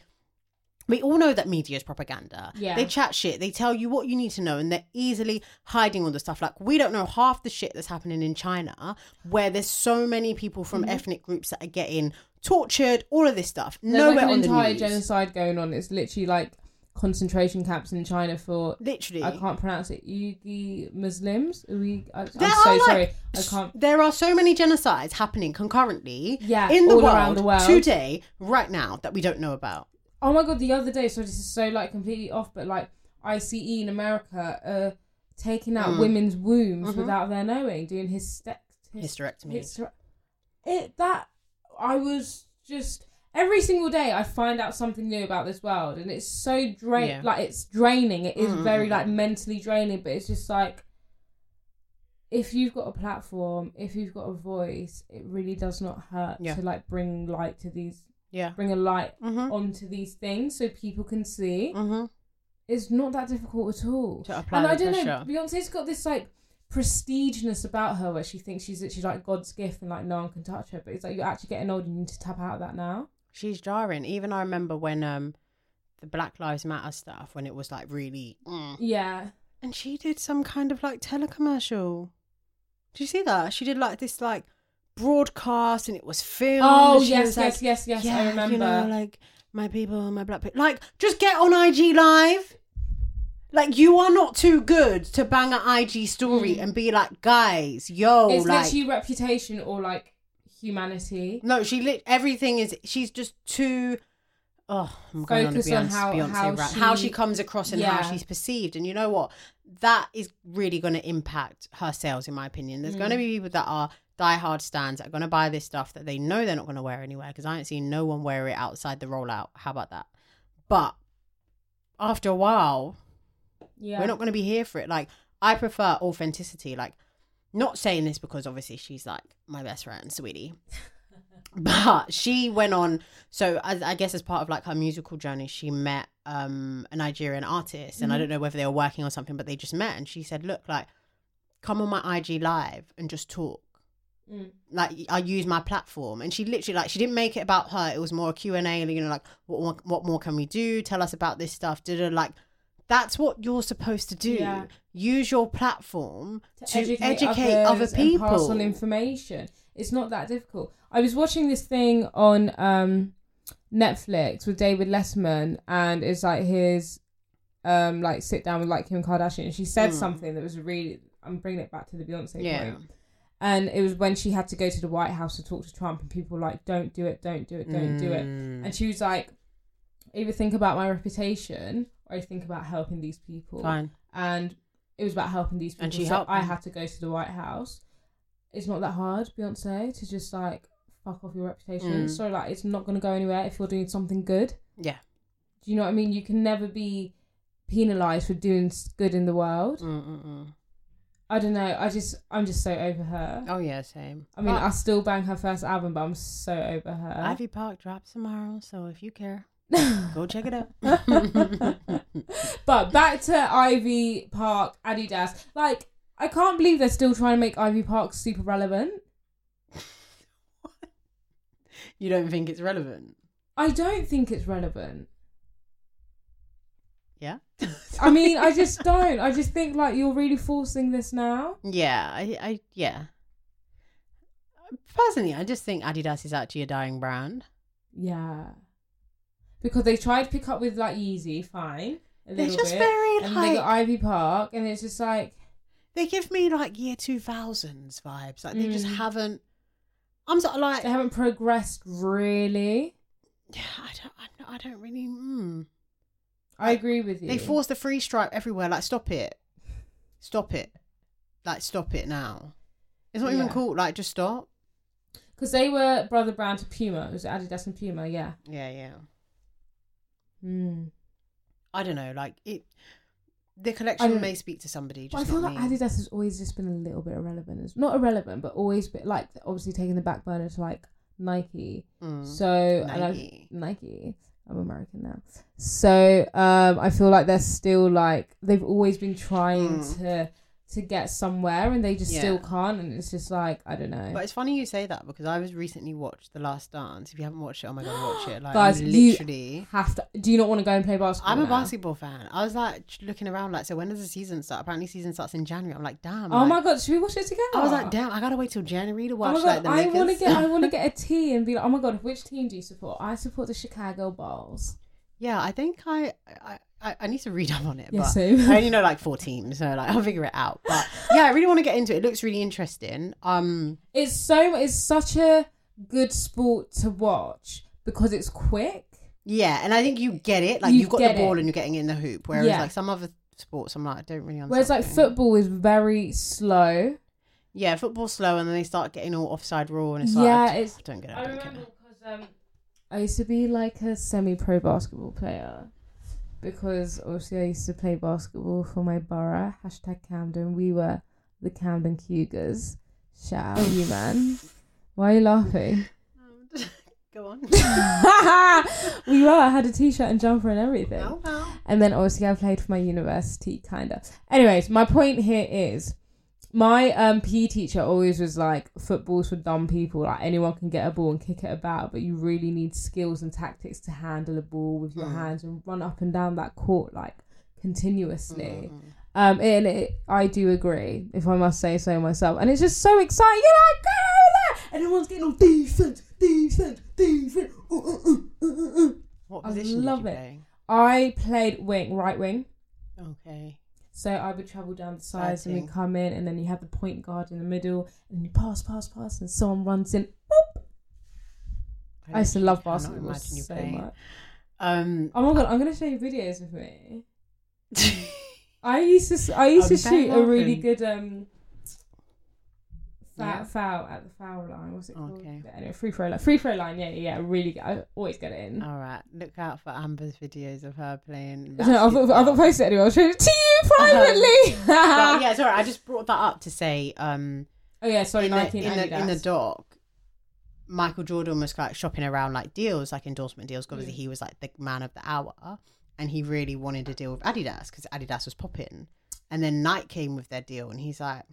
[SPEAKER 2] we all know that media is propaganda.
[SPEAKER 1] Yeah.
[SPEAKER 2] They chat shit. They tell you what you need to know, and they're easily hiding all the stuff. Like we don't know half the shit that's happening in China, where there's so many people
[SPEAKER 1] Mm-hmm.
[SPEAKER 2] from ethnic groups that are getting tortured. All of this stuff.
[SPEAKER 1] There's
[SPEAKER 2] Nowhere
[SPEAKER 1] like an
[SPEAKER 2] on
[SPEAKER 1] entire
[SPEAKER 2] the news.
[SPEAKER 1] genocide going on. It's literally like concentration camps in China for.
[SPEAKER 2] Literally,
[SPEAKER 1] I can't pronounce it. Uyghur Muslims. We. I, I'm so
[SPEAKER 2] There are, like,
[SPEAKER 1] sorry. I can't.
[SPEAKER 2] There are so many genocides happening concurrently
[SPEAKER 1] Yeah,
[SPEAKER 2] in the
[SPEAKER 1] all
[SPEAKER 2] world,
[SPEAKER 1] around the world.
[SPEAKER 2] today, right now, that we don't know about.
[SPEAKER 1] Oh my god, the other day, so this is so like completely off, but like ICE in America uh taking
[SPEAKER 2] Mm.
[SPEAKER 1] out women's wombs
[SPEAKER 2] Mm-hmm.
[SPEAKER 1] without their knowing, doing hyste- hys-
[SPEAKER 2] Hysterectomies.
[SPEAKER 1] hystera- it that I was just every single day I find out something new about this world and it's so drain
[SPEAKER 2] Yeah. Mm-hmm,
[SPEAKER 1] like it's draining. It is very like mentally draining, but it's just like if you've got a platform, if you've got a voice, it really does not hurt
[SPEAKER 2] Yeah.
[SPEAKER 1] to like bring light to these
[SPEAKER 2] Yeah.
[SPEAKER 1] bring a light
[SPEAKER 2] Mhm.
[SPEAKER 1] onto these things so people can see.
[SPEAKER 2] Mm-hmm.
[SPEAKER 1] It's not that difficult at all.
[SPEAKER 2] To apply
[SPEAKER 1] and I
[SPEAKER 2] the
[SPEAKER 1] don't
[SPEAKER 2] pressure.
[SPEAKER 1] know, Beyonce's got this like prestigeness about her where she thinks she's literally like God's gift and like no one can touch her. But it's like you're actually getting old and you need to tap out of that now.
[SPEAKER 2] She's jarring. Even I remember when um the Black Lives Matter stuff, when it was like really. mm.
[SPEAKER 1] Yeah.
[SPEAKER 2] And she did some kind of like telecommercial. Did you see that? She did like this like broadcast and it was filmed.
[SPEAKER 1] Oh,
[SPEAKER 2] and she
[SPEAKER 1] yes,
[SPEAKER 2] was, like,
[SPEAKER 1] yes, yes, yes, I
[SPEAKER 2] Yeah, You know,
[SPEAKER 1] remember."
[SPEAKER 2] like my people, my black people. Like, just get on IG Live. Like, you are not too good to bang an IG story and be like, guys, yo,
[SPEAKER 1] Mm. it's
[SPEAKER 2] Oh, like. Mm-hmm.
[SPEAKER 1] literally reputation or like humanity.
[SPEAKER 2] No, she lit. Everything is. She's just too. Oh, I'm going on a
[SPEAKER 1] Focus on
[SPEAKER 2] Beyonce,
[SPEAKER 1] how-
[SPEAKER 2] Beyonce
[SPEAKER 1] how
[SPEAKER 2] rant.
[SPEAKER 1] she-
[SPEAKER 2] how she comes across and
[SPEAKER 1] Yeah.
[SPEAKER 2] how she's perceived, and you know what? That is really going to impact her sales, in my opinion. There's going
[SPEAKER 1] Mm.
[SPEAKER 2] to be people that are diehard stands that are going to buy this stuff that they know they're not going to wear anywhere because I ain't seen no one wear it outside the rollout. How about that? But after a while,
[SPEAKER 1] Yeah.
[SPEAKER 2] we're not going to be here for it. Like, I prefer authenticity. Like, not saying this because obviously she's like my best friend, sweetie. but she went on. So as, I guess as part of like her musical journey, she met um a Nigerian artist, and I don't know whether they were working on something, but they just met, and she said, "Look, like, come on my IG live and just talk."
[SPEAKER 1] Mm.
[SPEAKER 2] like I use my platform and she literally like she didn't make it about her it was more a Q&A you know like what more, what more can we do tell us about this stuff da, da, like that's what you're supposed to do
[SPEAKER 1] Yeah.
[SPEAKER 2] use your platform to, educate, other
[SPEAKER 1] others and
[SPEAKER 2] people
[SPEAKER 1] pass on information. It's not that difficult. I was watching this thing on um, Netflix with David Letterman, and it's like his um, like sit down with like Kim Kardashian, and she said something that was really. I'm bringing it back to the Beyonce
[SPEAKER 2] Mm. Yeah.
[SPEAKER 1] point. And it was when she had to go to the White House to talk to Trump, and people were like, "Don't do it, don't do it, don't do it."
[SPEAKER 2] Mm.
[SPEAKER 1] And she was like, "Either think about my reputation, or think about helping these people."
[SPEAKER 2] fine
[SPEAKER 1] and it was about helping these people.
[SPEAKER 2] And she
[SPEAKER 1] so
[SPEAKER 2] helped
[SPEAKER 1] I
[SPEAKER 2] them.
[SPEAKER 1] had to go to the White House. It's not that hard, Beyonce, to just like fuck off your reputation.
[SPEAKER 2] Mm.
[SPEAKER 1] So like, it's not gonna go anywhere if you're doing something good.
[SPEAKER 2] yeah
[SPEAKER 1] Do you know what I mean? You can never be penalized for doing s- good in the world.
[SPEAKER 2] Mm. Mm-mm-mm.
[SPEAKER 1] I don't know. I just, I'm just so over her.
[SPEAKER 2] oh yeah same
[SPEAKER 1] I mean,
[SPEAKER 2] But
[SPEAKER 1] I still bang her first album, but I'm so over her.
[SPEAKER 2] Ivy Park drops tomorrow so if you care Go check it out.
[SPEAKER 1] but back to Ivy Park, Adidas. Like, I can't believe they're still trying to make Ivy Park super relevant.
[SPEAKER 2] you don't think it's relevant?
[SPEAKER 1] I don't think it's relevant.
[SPEAKER 2] Yeah.
[SPEAKER 1] I mean, I just don't. I just think like you're really forcing this now.
[SPEAKER 2] Yeah, I, I yeah. Personally, I just think Adidas is actually a dying brand.
[SPEAKER 1] Yeah. Because they tried to pick up with like Yeezy, fine. A
[SPEAKER 2] They're
[SPEAKER 1] little
[SPEAKER 2] just
[SPEAKER 1] bit.
[SPEAKER 2] very,
[SPEAKER 1] and they got
[SPEAKER 2] like-
[SPEAKER 1] Ivy Park, and it's just like
[SPEAKER 2] They give me like year two thousands vibes. Like they just
[SPEAKER 1] Mm.
[SPEAKER 2] haven't. I'm sort of like
[SPEAKER 1] they haven't progressed really.
[SPEAKER 2] yeah. I don't. I'm not, I don't really. Mm.
[SPEAKER 1] I agree with you.
[SPEAKER 2] They force the free stripe everywhere. Like stop it, stop it, like stop it now. It's not even
[SPEAKER 1] Yeah.
[SPEAKER 2] cool. Like just stop.
[SPEAKER 1] because they were brother brand to Puma. It was Adidas and Puma. Yeah.
[SPEAKER 2] Yeah, yeah.
[SPEAKER 1] Mm.
[SPEAKER 2] I don't know. Like it. The
[SPEAKER 1] I
[SPEAKER 2] collection
[SPEAKER 1] don't-
[SPEAKER 2] may speak to somebody.
[SPEAKER 1] But I
[SPEAKER 2] Just
[SPEAKER 1] feel
[SPEAKER 2] not
[SPEAKER 1] like
[SPEAKER 2] me.
[SPEAKER 1] Adidas has always just been a little bit irrelevant. It's not irrelevant, but always bit like obviously taking the back burner to like Nike.
[SPEAKER 2] Mm.
[SPEAKER 1] So and I-
[SPEAKER 2] Nike.
[SPEAKER 1] Nike. I'm American now. So um, I feel like they're still like they've always been trying
[SPEAKER 2] Mm.
[SPEAKER 1] to to get somewhere and they just
[SPEAKER 2] Yeah.
[SPEAKER 1] still can't and it's just like I don't know.
[SPEAKER 2] But it's funny you say that because I was recently watched The Last Dance. If you haven't watched it, oh my god, watch it! Like
[SPEAKER 1] Guys,
[SPEAKER 2] I'm
[SPEAKER 1] you-
[SPEAKER 2] literally,
[SPEAKER 1] have to do you not want to go and play basketball?
[SPEAKER 2] I'm a
[SPEAKER 1] now?
[SPEAKER 2] basketball fan. I was like looking around, like, so when does the season start? Apparently, season starts in January. I'm like, damn.
[SPEAKER 1] Oh
[SPEAKER 2] like-
[SPEAKER 1] my god, should we watch it together?
[SPEAKER 2] I was like, damn, I gotta wait till January to
[SPEAKER 1] Oh
[SPEAKER 2] watch
[SPEAKER 1] my god,
[SPEAKER 2] like the
[SPEAKER 1] I want to
[SPEAKER 2] Lakers.
[SPEAKER 1] get I want to get a tea and be like, oh my god, which team do you support? I support the Chicago Bulls.
[SPEAKER 2] yeah, I think I, I I I need to read up on it,
[SPEAKER 1] Yeah,
[SPEAKER 2] but
[SPEAKER 1] same.
[SPEAKER 2] I only know like four teams, so like I'll figure it out. But yeah, I really want to get into it. It looks really interesting. Um,
[SPEAKER 1] It's so it's such a good sport to watch because it's quick.
[SPEAKER 2] yeah, and I think you get it. Like
[SPEAKER 1] You
[SPEAKER 2] you have got
[SPEAKER 1] get
[SPEAKER 2] the ball
[SPEAKER 1] it.
[SPEAKER 2] and you're getting it in the hoop. Whereas
[SPEAKER 1] Yeah.
[SPEAKER 2] like some other sports, I'm like, I don't really understand.
[SPEAKER 1] Whereas like football is very slow.
[SPEAKER 2] Yeah, football's slow, and then they start getting all offside rule, and it's
[SPEAKER 1] Yeah,
[SPEAKER 2] like, I d-
[SPEAKER 1] it's-
[SPEAKER 2] I don't get it. I
[SPEAKER 1] I
[SPEAKER 2] don't get
[SPEAKER 1] remember
[SPEAKER 2] it.
[SPEAKER 1] because um, I used to be like a semi-pro basketball player because obviously I used to play basketball for my borough. Hashtag Camden. We were the Camden Cougars. Shout out you, man. Why are you laughing?
[SPEAKER 2] Go on.
[SPEAKER 1] we were. I had a t-shirt and jumper and everything.
[SPEAKER 2] Ow, ow.
[SPEAKER 1] And then obviously I played for my university, kind of. Anyways, my point here is my um, PE teacher always was like, football's for dumb people. Like anyone can get a ball and kick it about, but you really need skills and tactics to handle a ball with your
[SPEAKER 2] Mm.
[SPEAKER 1] hands and run up and down that court like continuously.
[SPEAKER 2] Mm.
[SPEAKER 1] Um, and it, I do agree, if I must say so myself. And it's just so exciting. You're like, go there! And everyone's getting all defense, defense, defense. Uh, uh, uh, uh, uh.
[SPEAKER 2] What
[SPEAKER 1] I
[SPEAKER 2] position did
[SPEAKER 1] love
[SPEAKER 2] you
[SPEAKER 1] it.
[SPEAKER 2] play?
[SPEAKER 1] I played wing, right wing.
[SPEAKER 2] Okay.
[SPEAKER 1] So I would travel down the sides and
[SPEAKER 2] Exciting.
[SPEAKER 1] we come in, and then you have the point guard in the middle, and then you pass, pass, pass, and someone runs in. Boop. I used to
[SPEAKER 2] literally
[SPEAKER 1] love
[SPEAKER 2] cannot
[SPEAKER 1] basketball
[SPEAKER 2] imagine you
[SPEAKER 1] so
[SPEAKER 2] playing.
[SPEAKER 1] much.
[SPEAKER 2] Um,
[SPEAKER 1] Oh my god, I'm gonna show you videos with me. I used to, s- I used to
[SPEAKER 2] I'm
[SPEAKER 1] shoot a really
[SPEAKER 2] laughing.
[SPEAKER 1] good um, foul,
[SPEAKER 2] Yeah.
[SPEAKER 1] foul at the foul line. What's it called?
[SPEAKER 2] Okay.
[SPEAKER 1] Anyway, free throw line. Free throw line. Yeah, yeah, yeah. Really good. I always get it in.
[SPEAKER 2] all right. Look out for Amber's videos of her playing.
[SPEAKER 1] no, I've, I've not
[SPEAKER 2] basketball.
[SPEAKER 1] posted it anyway. I'll show it to you privately.
[SPEAKER 2] But yeah, sorry. I just brought that up to say, um,
[SPEAKER 1] oh yeah, sorry,
[SPEAKER 2] in the,
[SPEAKER 1] Nike
[SPEAKER 2] in, the, in the
[SPEAKER 1] Adidas.
[SPEAKER 2] doc, Michael Jordan was like shopping around like deals, like endorsement deals. 'cause Obviously, he was like the man of the hour, and he really wanted to deal with Adidas because Adidas was popping. And then Nike came with their deal, and he's like,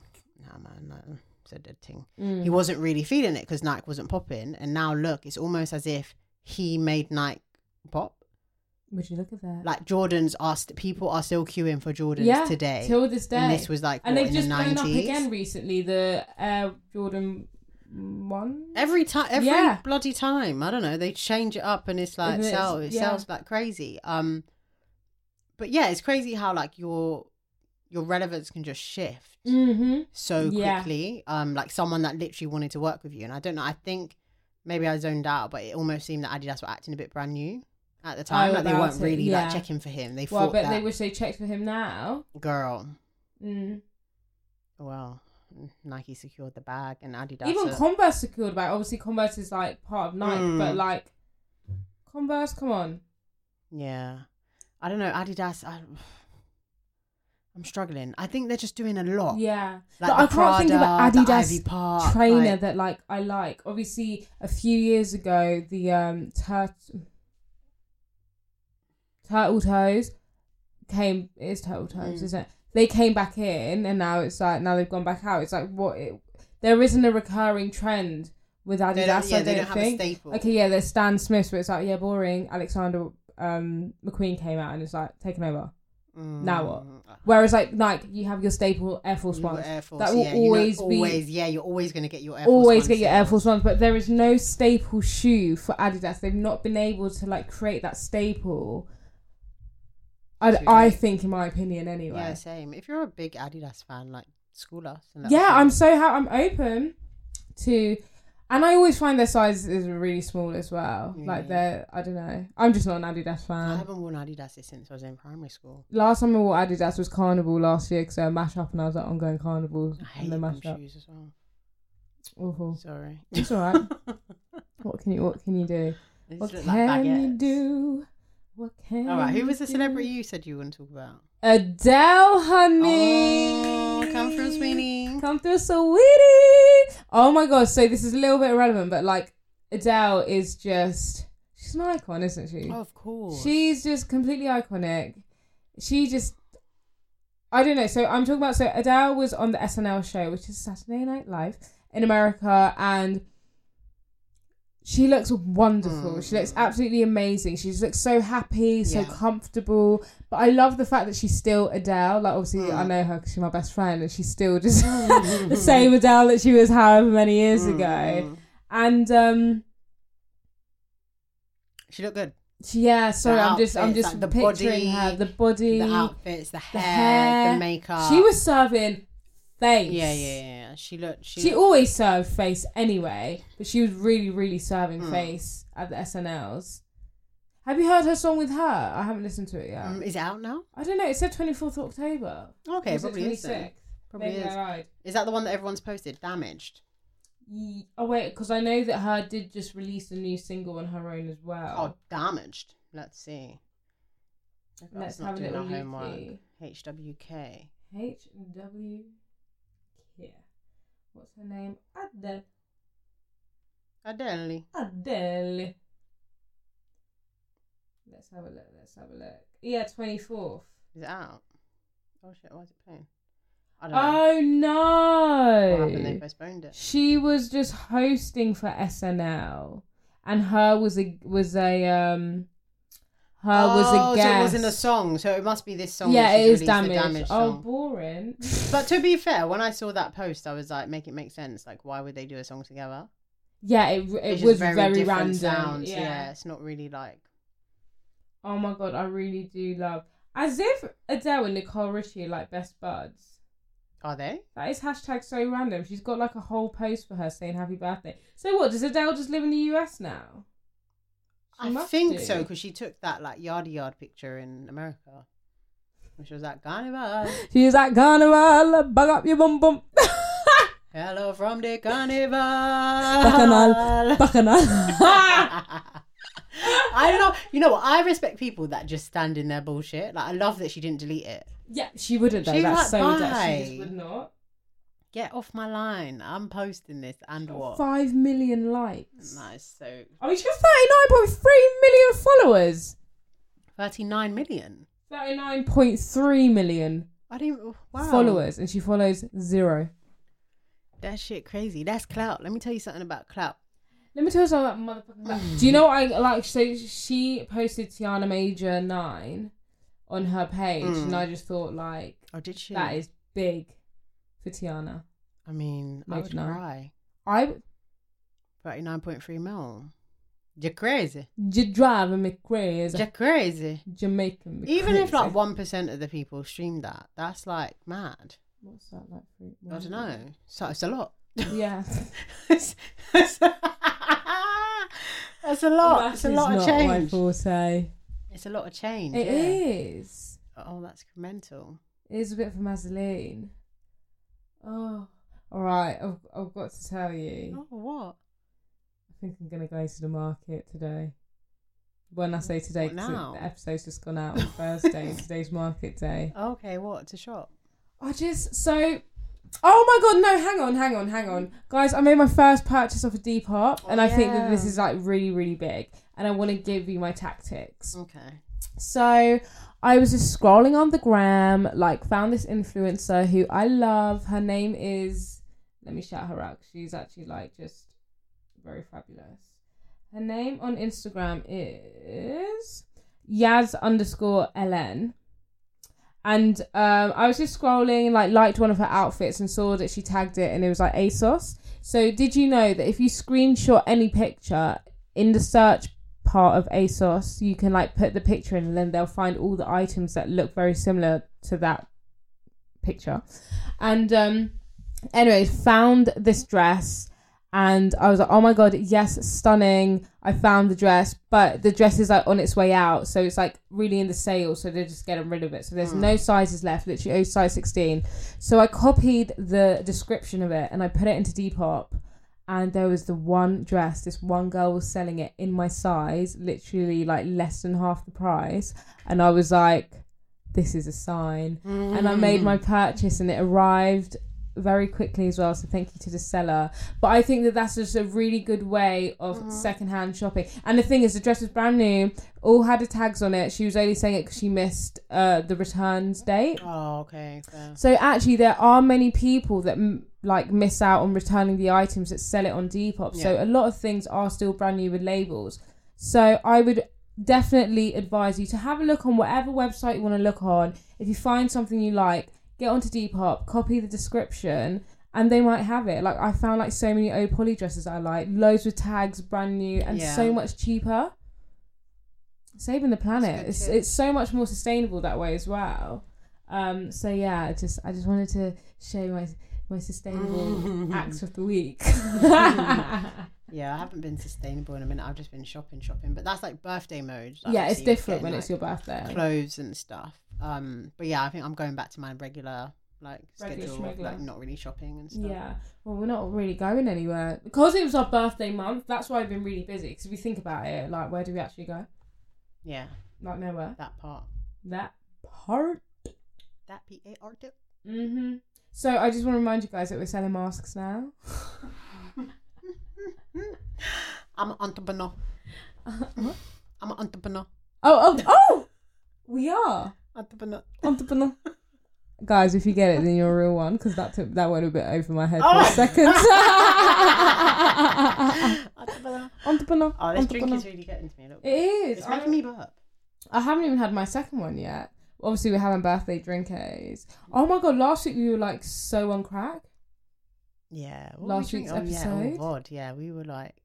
[SPEAKER 2] "Nah, man, no, it's a dead thing."
[SPEAKER 1] Mm.
[SPEAKER 2] He wasn't really feeling it because Nike wasn't popping. And now look, it's almost as if he made Nike pop.
[SPEAKER 1] Would you look at that?
[SPEAKER 2] Like Jordans are st- people are still queuing for Jordans today.
[SPEAKER 1] Till this day.
[SPEAKER 2] And this was like
[SPEAKER 1] and
[SPEAKER 2] what,
[SPEAKER 1] they've
[SPEAKER 2] in
[SPEAKER 1] just
[SPEAKER 2] the
[SPEAKER 1] blown
[SPEAKER 2] 90s.
[SPEAKER 1] up again recently, the Air Jordan 1.
[SPEAKER 2] Every time, every
[SPEAKER 1] Yeah.
[SPEAKER 2] bloody time, I don't know. They change it up, and it's like
[SPEAKER 1] Isn't it?
[SPEAKER 2] sell, it
[SPEAKER 1] Yeah.
[SPEAKER 2] sells like crazy. Um, but yeah, it's crazy how like your your relevance can just shift
[SPEAKER 1] Mm-hmm.
[SPEAKER 2] so
[SPEAKER 1] Yeah.
[SPEAKER 2] quickly. Um, like someone that literally wanted to work with you, and I don't know. I think maybe I zoned out, but it almost seemed that Adidas were acting a bit brand new at the time.
[SPEAKER 1] Oh,
[SPEAKER 2] like they
[SPEAKER 1] about
[SPEAKER 2] weren't
[SPEAKER 1] it,
[SPEAKER 2] really
[SPEAKER 1] yeah.
[SPEAKER 2] like checking for him. They
[SPEAKER 1] Well, I
[SPEAKER 2] thought
[SPEAKER 1] bet
[SPEAKER 2] that
[SPEAKER 1] they wish they checked for him now.
[SPEAKER 2] girl.
[SPEAKER 1] Mm.
[SPEAKER 2] Well, Nike secured the bag, and Adidas
[SPEAKER 1] Even
[SPEAKER 2] are-
[SPEAKER 1] Converse secured by. Obviously, Converse is like part of Nike,
[SPEAKER 2] Mm.
[SPEAKER 1] but like, Converse, come on.
[SPEAKER 2] Yeah. I don't know. Adidas, I, I'm struggling. I think they're just doing a lot.
[SPEAKER 1] Yeah. but
[SPEAKER 2] Like the
[SPEAKER 1] I can't think of
[SPEAKER 2] Prada,
[SPEAKER 1] an
[SPEAKER 2] the
[SPEAKER 1] Adidas
[SPEAKER 2] Ivy Park,
[SPEAKER 1] trainer
[SPEAKER 2] like-
[SPEAKER 1] that like I like. Obviously, a few years ago, the um turtle. Turtle Toes came. It's Turtle Toes,
[SPEAKER 2] Mm.
[SPEAKER 1] isn't it? They came back in, and now it's like now they've gone back out. It's like what? It, there isn't a recurring trend with Adidas.
[SPEAKER 2] They don't, yeah,
[SPEAKER 1] I
[SPEAKER 2] they
[SPEAKER 1] don't
[SPEAKER 2] don't have a
[SPEAKER 1] think.
[SPEAKER 2] staple.
[SPEAKER 1] Okay, yeah, there's Stan Smith, but it's like, yeah, boring. Alexander um, McQueen came out and it's like taken over.
[SPEAKER 2] Mm.
[SPEAKER 1] now what? Whereas like Nike, you have your staple Air Force
[SPEAKER 2] You got
[SPEAKER 1] ones.
[SPEAKER 2] Air Force,
[SPEAKER 1] That will
[SPEAKER 2] yeah, you know,
[SPEAKER 1] always be-
[SPEAKER 2] always, yeah, you're always going to get your Air Force
[SPEAKER 1] Always
[SPEAKER 2] Ones
[SPEAKER 1] get your
[SPEAKER 2] there.
[SPEAKER 1] Air Force ones, but there is no staple shoe for Adidas. They've not been able to like create that staple. I,
[SPEAKER 2] True.
[SPEAKER 1] I think, in my opinion, anyway.
[SPEAKER 2] Yeah, same. If you're a big Adidas fan, like school us. And let us
[SPEAKER 1] yeah,
[SPEAKER 2] know.
[SPEAKER 1] I'm so ha- I'm open to, and I always find their sizes are really small as well. Like
[SPEAKER 2] Yeah.
[SPEAKER 1] they're, I don't know. I'm just not an Adidas
[SPEAKER 2] I
[SPEAKER 1] fan.
[SPEAKER 2] haven't worn Adidas since I was in primary school.
[SPEAKER 1] Last time I wore Adidas was Carnival last year because they were mash up and I was at ongoing Carnival
[SPEAKER 2] I hate
[SPEAKER 1] and they
[SPEAKER 2] them
[SPEAKER 1] mashed up.
[SPEAKER 2] shoes as well.
[SPEAKER 1] Awful.
[SPEAKER 2] Sorry.
[SPEAKER 1] It's alright. What can you What can you do?
[SPEAKER 2] They
[SPEAKER 1] What
[SPEAKER 2] just look
[SPEAKER 1] can
[SPEAKER 2] like
[SPEAKER 1] you
[SPEAKER 2] baguettes.
[SPEAKER 1] do? What can
[SPEAKER 2] All right, who was the
[SPEAKER 1] you
[SPEAKER 2] celebrity
[SPEAKER 1] do?
[SPEAKER 2] you said you wouldn't talk about?
[SPEAKER 1] Adele, honey.
[SPEAKER 2] Oh, come from Sweeney.
[SPEAKER 1] Come through, sweetie. Oh my gosh. So this is a little bit irrelevant, but like Adele is just she's an icon, isn't she?
[SPEAKER 2] Oh, of course.
[SPEAKER 1] She's just completely iconic. She just, I don't know. So I'm talking about. So Adele was on the SNL show, which is Saturday Night Live in America, and she looks wonderful. She looks absolutely amazing. She just looks so happy, so
[SPEAKER 2] Mm. Yeah.
[SPEAKER 1] comfortable. But I love the fact that she's still Adele. Like obviously,
[SPEAKER 2] Mm.
[SPEAKER 1] I know her because she's my best friend, and she's still just the same Adele that she was however many years
[SPEAKER 2] Mm.
[SPEAKER 1] ago. And um,
[SPEAKER 2] She looked good.
[SPEAKER 1] she, yeah, sorry, I'm just, I'm
[SPEAKER 2] outfits,
[SPEAKER 1] just
[SPEAKER 2] like the
[SPEAKER 1] picturing
[SPEAKER 2] body,
[SPEAKER 1] her, the body,
[SPEAKER 2] The outfits, the hair, the,
[SPEAKER 1] hair.
[SPEAKER 2] makeup.
[SPEAKER 1] She was serving face.
[SPEAKER 2] Yeah, yeah, yeah. yeah. She looked. She,
[SPEAKER 1] She
[SPEAKER 2] looked,
[SPEAKER 1] always served face anyway, but she was really, really serving
[SPEAKER 2] Hmm.
[SPEAKER 1] face at the SNLs. Have you heard her song with her? I haven't listened to it yet.
[SPEAKER 2] um, is it out now?
[SPEAKER 1] I don't know. It said 24th October.
[SPEAKER 2] Okay,
[SPEAKER 1] Was it
[SPEAKER 2] probably is. then.
[SPEAKER 1] 26th?
[SPEAKER 2] Probably
[SPEAKER 1] Maybe I
[SPEAKER 2] is.
[SPEAKER 1] lied.
[SPEAKER 2] Is that the one that everyone's posted? Damaged.
[SPEAKER 1] Ye- Oh wait, because I know that her did just release a new single on her own as
[SPEAKER 2] Oh,
[SPEAKER 1] well.
[SPEAKER 2] damaged. Let's see. Look,
[SPEAKER 1] Let's
[SPEAKER 2] that's not
[SPEAKER 1] have a
[SPEAKER 2] doing
[SPEAKER 1] little
[SPEAKER 2] our homework.
[SPEAKER 1] looky.
[SPEAKER 2] HWK.
[SPEAKER 1] H W. Yeah. What's her name? Adele.
[SPEAKER 2] Adele.
[SPEAKER 1] Adele. Let's have a look. Let's have a look. Yeah, twenty fourth.
[SPEAKER 2] Is it out? Oh shit! Why is it playing? I don't know.
[SPEAKER 1] Oh
[SPEAKER 2] What happened? They
[SPEAKER 1] no!
[SPEAKER 2] postponed it.
[SPEAKER 1] She was just hosting for SNL, and her was a was a um, her was a guest.
[SPEAKER 2] Oh, so it wasn't a song. So it must be this song.
[SPEAKER 1] yeah,
[SPEAKER 2] that
[SPEAKER 1] it is
[SPEAKER 2] she's released, the
[SPEAKER 1] damaged.
[SPEAKER 2] damaged
[SPEAKER 1] oh,
[SPEAKER 2] song.
[SPEAKER 1] boring.
[SPEAKER 2] But to be fair, when I saw that post, I was like, make it make sense. Like, why would they do a song together?
[SPEAKER 1] yeah, it it
[SPEAKER 2] It's just
[SPEAKER 1] was very,
[SPEAKER 2] different
[SPEAKER 1] random.
[SPEAKER 2] sounds,
[SPEAKER 1] yeah.
[SPEAKER 2] it's not really like.
[SPEAKER 1] Oh my god, I really do love as if Adele and Nicole Richie are like best buds.
[SPEAKER 2] Are they?
[SPEAKER 1] That is hashtag so random. She's got like a whole post for her saying happy birthday. So what? Does Adele just live in the US now? She
[SPEAKER 2] I
[SPEAKER 1] must
[SPEAKER 2] think
[SPEAKER 1] do.
[SPEAKER 2] so because she took that like yardy yard picture in America, which was that carnival.
[SPEAKER 1] She's like carnival, bug up your bum bum,
[SPEAKER 2] Hello from the carnival.
[SPEAKER 1] bacchanal, bacchanal.
[SPEAKER 2] I love you know what I respect people that just stand in their bullshit. Like I love that she didn't delete it.
[SPEAKER 1] yeah, she wouldn't though.
[SPEAKER 2] She's
[SPEAKER 1] That's
[SPEAKER 2] like,
[SPEAKER 1] so Adele. She
[SPEAKER 2] bye.
[SPEAKER 1] just would not.
[SPEAKER 2] Get off my line. I'm posting this and what?
[SPEAKER 1] Five million likes.
[SPEAKER 2] That is so
[SPEAKER 1] I mean, she's thirty nine point three million followers.
[SPEAKER 2] 39 million.
[SPEAKER 1] Thirty nine point three million
[SPEAKER 2] I didn't oh, wow.
[SPEAKER 1] followers, and she follows zero.
[SPEAKER 2] That shit crazy. That's clout. Let me tell you something about clout.
[SPEAKER 1] Let me tell you something about motherfucking. Do you know what I like? So she posted Tiana Major nine on her page,
[SPEAKER 2] Mm.
[SPEAKER 1] and I just thought like
[SPEAKER 2] Oh, did she?
[SPEAKER 1] that is big for Tiana.
[SPEAKER 2] I mean, I
[SPEAKER 1] Major
[SPEAKER 2] would
[SPEAKER 1] nine.
[SPEAKER 2] cry.
[SPEAKER 1] I
[SPEAKER 2] 39.3 mil. You're crazy.
[SPEAKER 1] you're driving me crazy,
[SPEAKER 2] You're crazy.
[SPEAKER 1] Jamaican. Me
[SPEAKER 2] Even if like
[SPEAKER 1] crazy.
[SPEAKER 2] 1% of the people streamed that, that's like mad.
[SPEAKER 1] what's that like? Fruit?
[SPEAKER 2] I don't know. So it's a lot.
[SPEAKER 1] Yeah,
[SPEAKER 2] that's a lot.
[SPEAKER 1] Math is
[SPEAKER 2] It's a lot of
[SPEAKER 1] not my
[SPEAKER 2] change.
[SPEAKER 1] forte.
[SPEAKER 2] It's a lot of change.
[SPEAKER 1] It
[SPEAKER 2] yeah.
[SPEAKER 1] is.
[SPEAKER 2] Oh, that's mental.
[SPEAKER 1] It is a bit for Mazeline. Oh, all right. I've, I've got to tell you.
[SPEAKER 2] Oh, what?
[SPEAKER 1] I think I'm gonna go to the market today. When I say today,
[SPEAKER 2] What
[SPEAKER 1] 'cause it-
[SPEAKER 2] now?
[SPEAKER 1] the episode's just gone out on Thursday. today's market day.
[SPEAKER 2] Okay, what? To shop.
[SPEAKER 1] I just so. Oh my god! No, hang on, hang on, hang on, guys. I made my first purchase off of Depop, and I think that
[SPEAKER 2] yeah.
[SPEAKER 1] this is like really, really big. And I want to give you my tactics.
[SPEAKER 2] Okay.
[SPEAKER 1] So I was just scrolling on the gram, like found this influencer who I love. Her name is let me shout her out. She's actually like just very fabulous. Her name on Instagram is Yaz underscore LN. And um, I was just scrolling and like liked one of her outfits and saw that she tagged it and it was like ASOS. So did you know that if you screenshot any picture in the search part of ASOS, you can like put the picture in and then they'll find all the items that look very similar to that picture. And um anyway, found this dress and I was like, oh my god, yes, stunning. I found the dress, but the dress is like on its way out, so it's like really in the sale, so they're just getting rid of it. So there's no sizes left, literally oh size 16. So I copied the description of it and I put it into Depop and there was the one dress this one girl was selling it in my size literally like less than half the price and i was like this is a sign and i made my purchase and it arrived very quickly as well so thank you to the seller but i think that that's just a really good way of secondhand shopping and the thing is the dress was brand new all had the tags on it she was only saying it because she missed uh, the returns date
[SPEAKER 2] Oh, okay. fair.
[SPEAKER 1] so actually, there are many people that m- like miss out on returning the items that sell it on Depop. So a
[SPEAKER 2] Yeah.
[SPEAKER 1] lot of things are still brand new with labels. So I would definitely advise you to have a look on whatever website you want to look on. If you find something you like, get onto Depop, copy the description. And they might have it. Like I found like so many O Polly dresses I like, loads with tags, brand new, and
[SPEAKER 2] Yeah.
[SPEAKER 1] so much cheaper. Saving the planet.
[SPEAKER 2] good
[SPEAKER 1] It's
[SPEAKER 2] tip.
[SPEAKER 1] it's so much more sustainable that way as well. Um, so yeah, I just I just wanted to show my my sustainable acts of the week. yeah,
[SPEAKER 2] Mm-hmm. Yeah, I haven't been sustainable in a minute. I've just been shopping, shopping. But that's like birthday mode. Like,
[SPEAKER 1] it's
[SPEAKER 2] obviously,
[SPEAKER 1] different
[SPEAKER 2] getting,
[SPEAKER 1] when it's
[SPEAKER 2] like,
[SPEAKER 1] your birthday.
[SPEAKER 2] clothes and stuff. Um, but yeah, I think I'm going back to my regular like
[SPEAKER 1] Regular
[SPEAKER 2] schedule, of,
[SPEAKER 1] schmegular.
[SPEAKER 2] like not really shopping and stuff.
[SPEAKER 1] Yeah, well, we're not really going anywhere because it was our birthday month. That's why I've been really busy. Because if you think about it, like where do we actually go?
[SPEAKER 2] Yeah,
[SPEAKER 1] Like nowhere.
[SPEAKER 2] that part.
[SPEAKER 1] That part.
[SPEAKER 2] That P A R tip.
[SPEAKER 1] hmm So I just want to remind you guys that we're selling masks now.
[SPEAKER 2] I'm an entrepreneur. I'm an entrepreneur.
[SPEAKER 1] Oh oh oh! We are.
[SPEAKER 2] Entrepreneur.
[SPEAKER 1] entrepreneur. Guys, if you get it, then you're a real one because that took that went a bit over my head
[SPEAKER 2] Oh.
[SPEAKER 1] for a second.
[SPEAKER 2] entrepreneur.
[SPEAKER 1] entrepreneur.
[SPEAKER 2] Oh, this drink
[SPEAKER 1] entrepreneur.
[SPEAKER 2] is really getting to me a little
[SPEAKER 1] It
[SPEAKER 2] bit.
[SPEAKER 1] is.
[SPEAKER 2] It's
[SPEAKER 1] I,
[SPEAKER 2] making me burp.
[SPEAKER 1] I haven't even had my second one yet. Obviously, we're having birthday drinkers. Oh my god! Last week we were like so on crack,
[SPEAKER 2] Yeah. what were we
[SPEAKER 1] Last
[SPEAKER 2] drinking?
[SPEAKER 1] week's
[SPEAKER 2] Oh, yeah.
[SPEAKER 1] episode.
[SPEAKER 2] Oh, God. Yeah, we were like,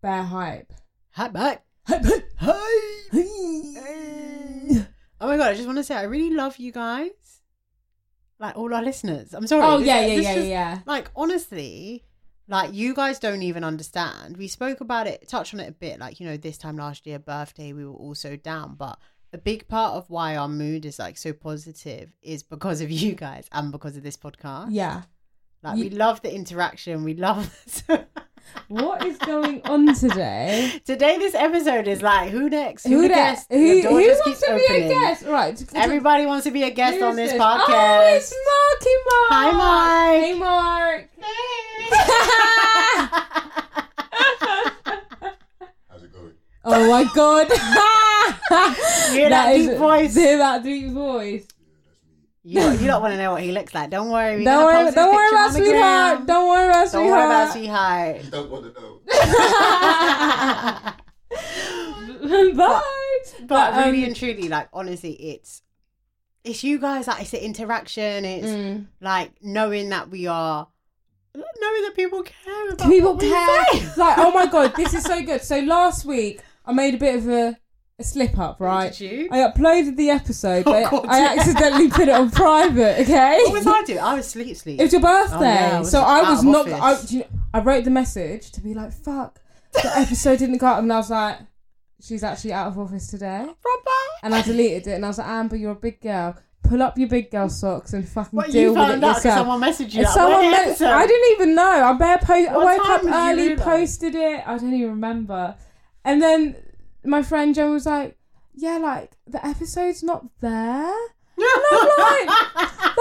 [SPEAKER 1] bare hype.
[SPEAKER 2] hi, back. Hi. Hey. Oh my god, I just want to say I really love you guys. Like all our listeners. I'm sorry.
[SPEAKER 1] Oh
[SPEAKER 2] this-
[SPEAKER 1] yeah, yeah,
[SPEAKER 2] this
[SPEAKER 1] yeah,
[SPEAKER 2] just-
[SPEAKER 1] yeah.
[SPEAKER 2] Like honestly, like you guys don't even understand. We spoke about it, touched on it a bit, like, you know, this time last year, birthday, we were also down. But a big part of why our mood is like so positive is because of you guys and because of this podcast.
[SPEAKER 1] Yeah.
[SPEAKER 2] Like
[SPEAKER 1] you-
[SPEAKER 2] we love the interaction. We love
[SPEAKER 1] What is going on today?
[SPEAKER 2] Today this episode is like who next?
[SPEAKER 1] Who
[SPEAKER 2] the
[SPEAKER 1] that?
[SPEAKER 2] guest?
[SPEAKER 1] Who, who
[SPEAKER 2] The door
[SPEAKER 1] wants
[SPEAKER 2] just keeps
[SPEAKER 1] to be a
[SPEAKER 2] opening.
[SPEAKER 1] guest? Right. to- to-
[SPEAKER 2] Everybody wants to be a guest
[SPEAKER 1] Who
[SPEAKER 2] on
[SPEAKER 1] is
[SPEAKER 2] this,
[SPEAKER 1] Oh, it's Marky Mark.
[SPEAKER 2] podcast. Hi, Mark.
[SPEAKER 1] Hey, Mark.
[SPEAKER 3] How's it going?
[SPEAKER 1] oh my God.
[SPEAKER 2] Hear that
[SPEAKER 1] is-
[SPEAKER 2] deep voice.
[SPEAKER 1] Hear that deep voice.
[SPEAKER 2] you, lot- you don't want to know what he looks like. Don't worry. we're
[SPEAKER 1] Don't worry,
[SPEAKER 2] gonna post
[SPEAKER 1] don't
[SPEAKER 2] his
[SPEAKER 1] worry
[SPEAKER 2] picture
[SPEAKER 1] about
[SPEAKER 2] on the gram.
[SPEAKER 1] sweetheart. Don't worry about
[SPEAKER 2] Don't worry about
[SPEAKER 1] sweetheart.
[SPEAKER 2] sweetheart.
[SPEAKER 3] You don't want to know.
[SPEAKER 1] Bye.
[SPEAKER 2] But,
[SPEAKER 1] But,
[SPEAKER 2] really
[SPEAKER 1] um,
[SPEAKER 2] and truly, like honestly, it's it's you guys. Like it's the interaction. It's
[SPEAKER 1] Mm.
[SPEAKER 2] like knowing that we are knowing that people care about
[SPEAKER 1] People
[SPEAKER 2] what we
[SPEAKER 1] care.
[SPEAKER 2] say.
[SPEAKER 1] Like, oh my God, this is so good. So last week, I made a bit of a, a slip up, right?
[SPEAKER 2] Did you?
[SPEAKER 1] I uploaded the episode, but
[SPEAKER 2] Oh, God,
[SPEAKER 1] I
[SPEAKER 2] yeah.
[SPEAKER 1] accidentally put it on private, okay?
[SPEAKER 2] What was I doing? I was sleep sleep.
[SPEAKER 1] It was your birthday,
[SPEAKER 2] Oh, yeah, I was
[SPEAKER 1] so I
[SPEAKER 2] out
[SPEAKER 1] was
[SPEAKER 2] of
[SPEAKER 1] not. I,
[SPEAKER 2] office.
[SPEAKER 1] do you know, I wrote the message to be like, "Fuck, the episode didn't go up," and I was like, "She's actually out of office today,"
[SPEAKER 2] Proper.
[SPEAKER 1] and I deleted it, and I was like, "Amber, you're a big girl. Pull up your big girl socks and fucking
[SPEAKER 2] What
[SPEAKER 1] deal
[SPEAKER 2] you
[SPEAKER 1] with it
[SPEAKER 2] found out
[SPEAKER 1] yourself."
[SPEAKER 2] because someone messaged you.
[SPEAKER 1] And
[SPEAKER 2] Like,
[SPEAKER 1] someone
[SPEAKER 2] "What
[SPEAKER 1] meant-
[SPEAKER 2] episode?"
[SPEAKER 1] I didn't even know. I bare post. I
[SPEAKER 2] What
[SPEAKER 1] woke
[SPEAKER 2] time
[SPEAKER 1] up
[SPEAKER 2] did you
[SPEAKER 1] early,
[SPEAKER 2] realise?
[SPEAKER 1] posted it. I don't even remember. And then my friend Jen was like, "Yeah, like the episode's not there." And I'm like,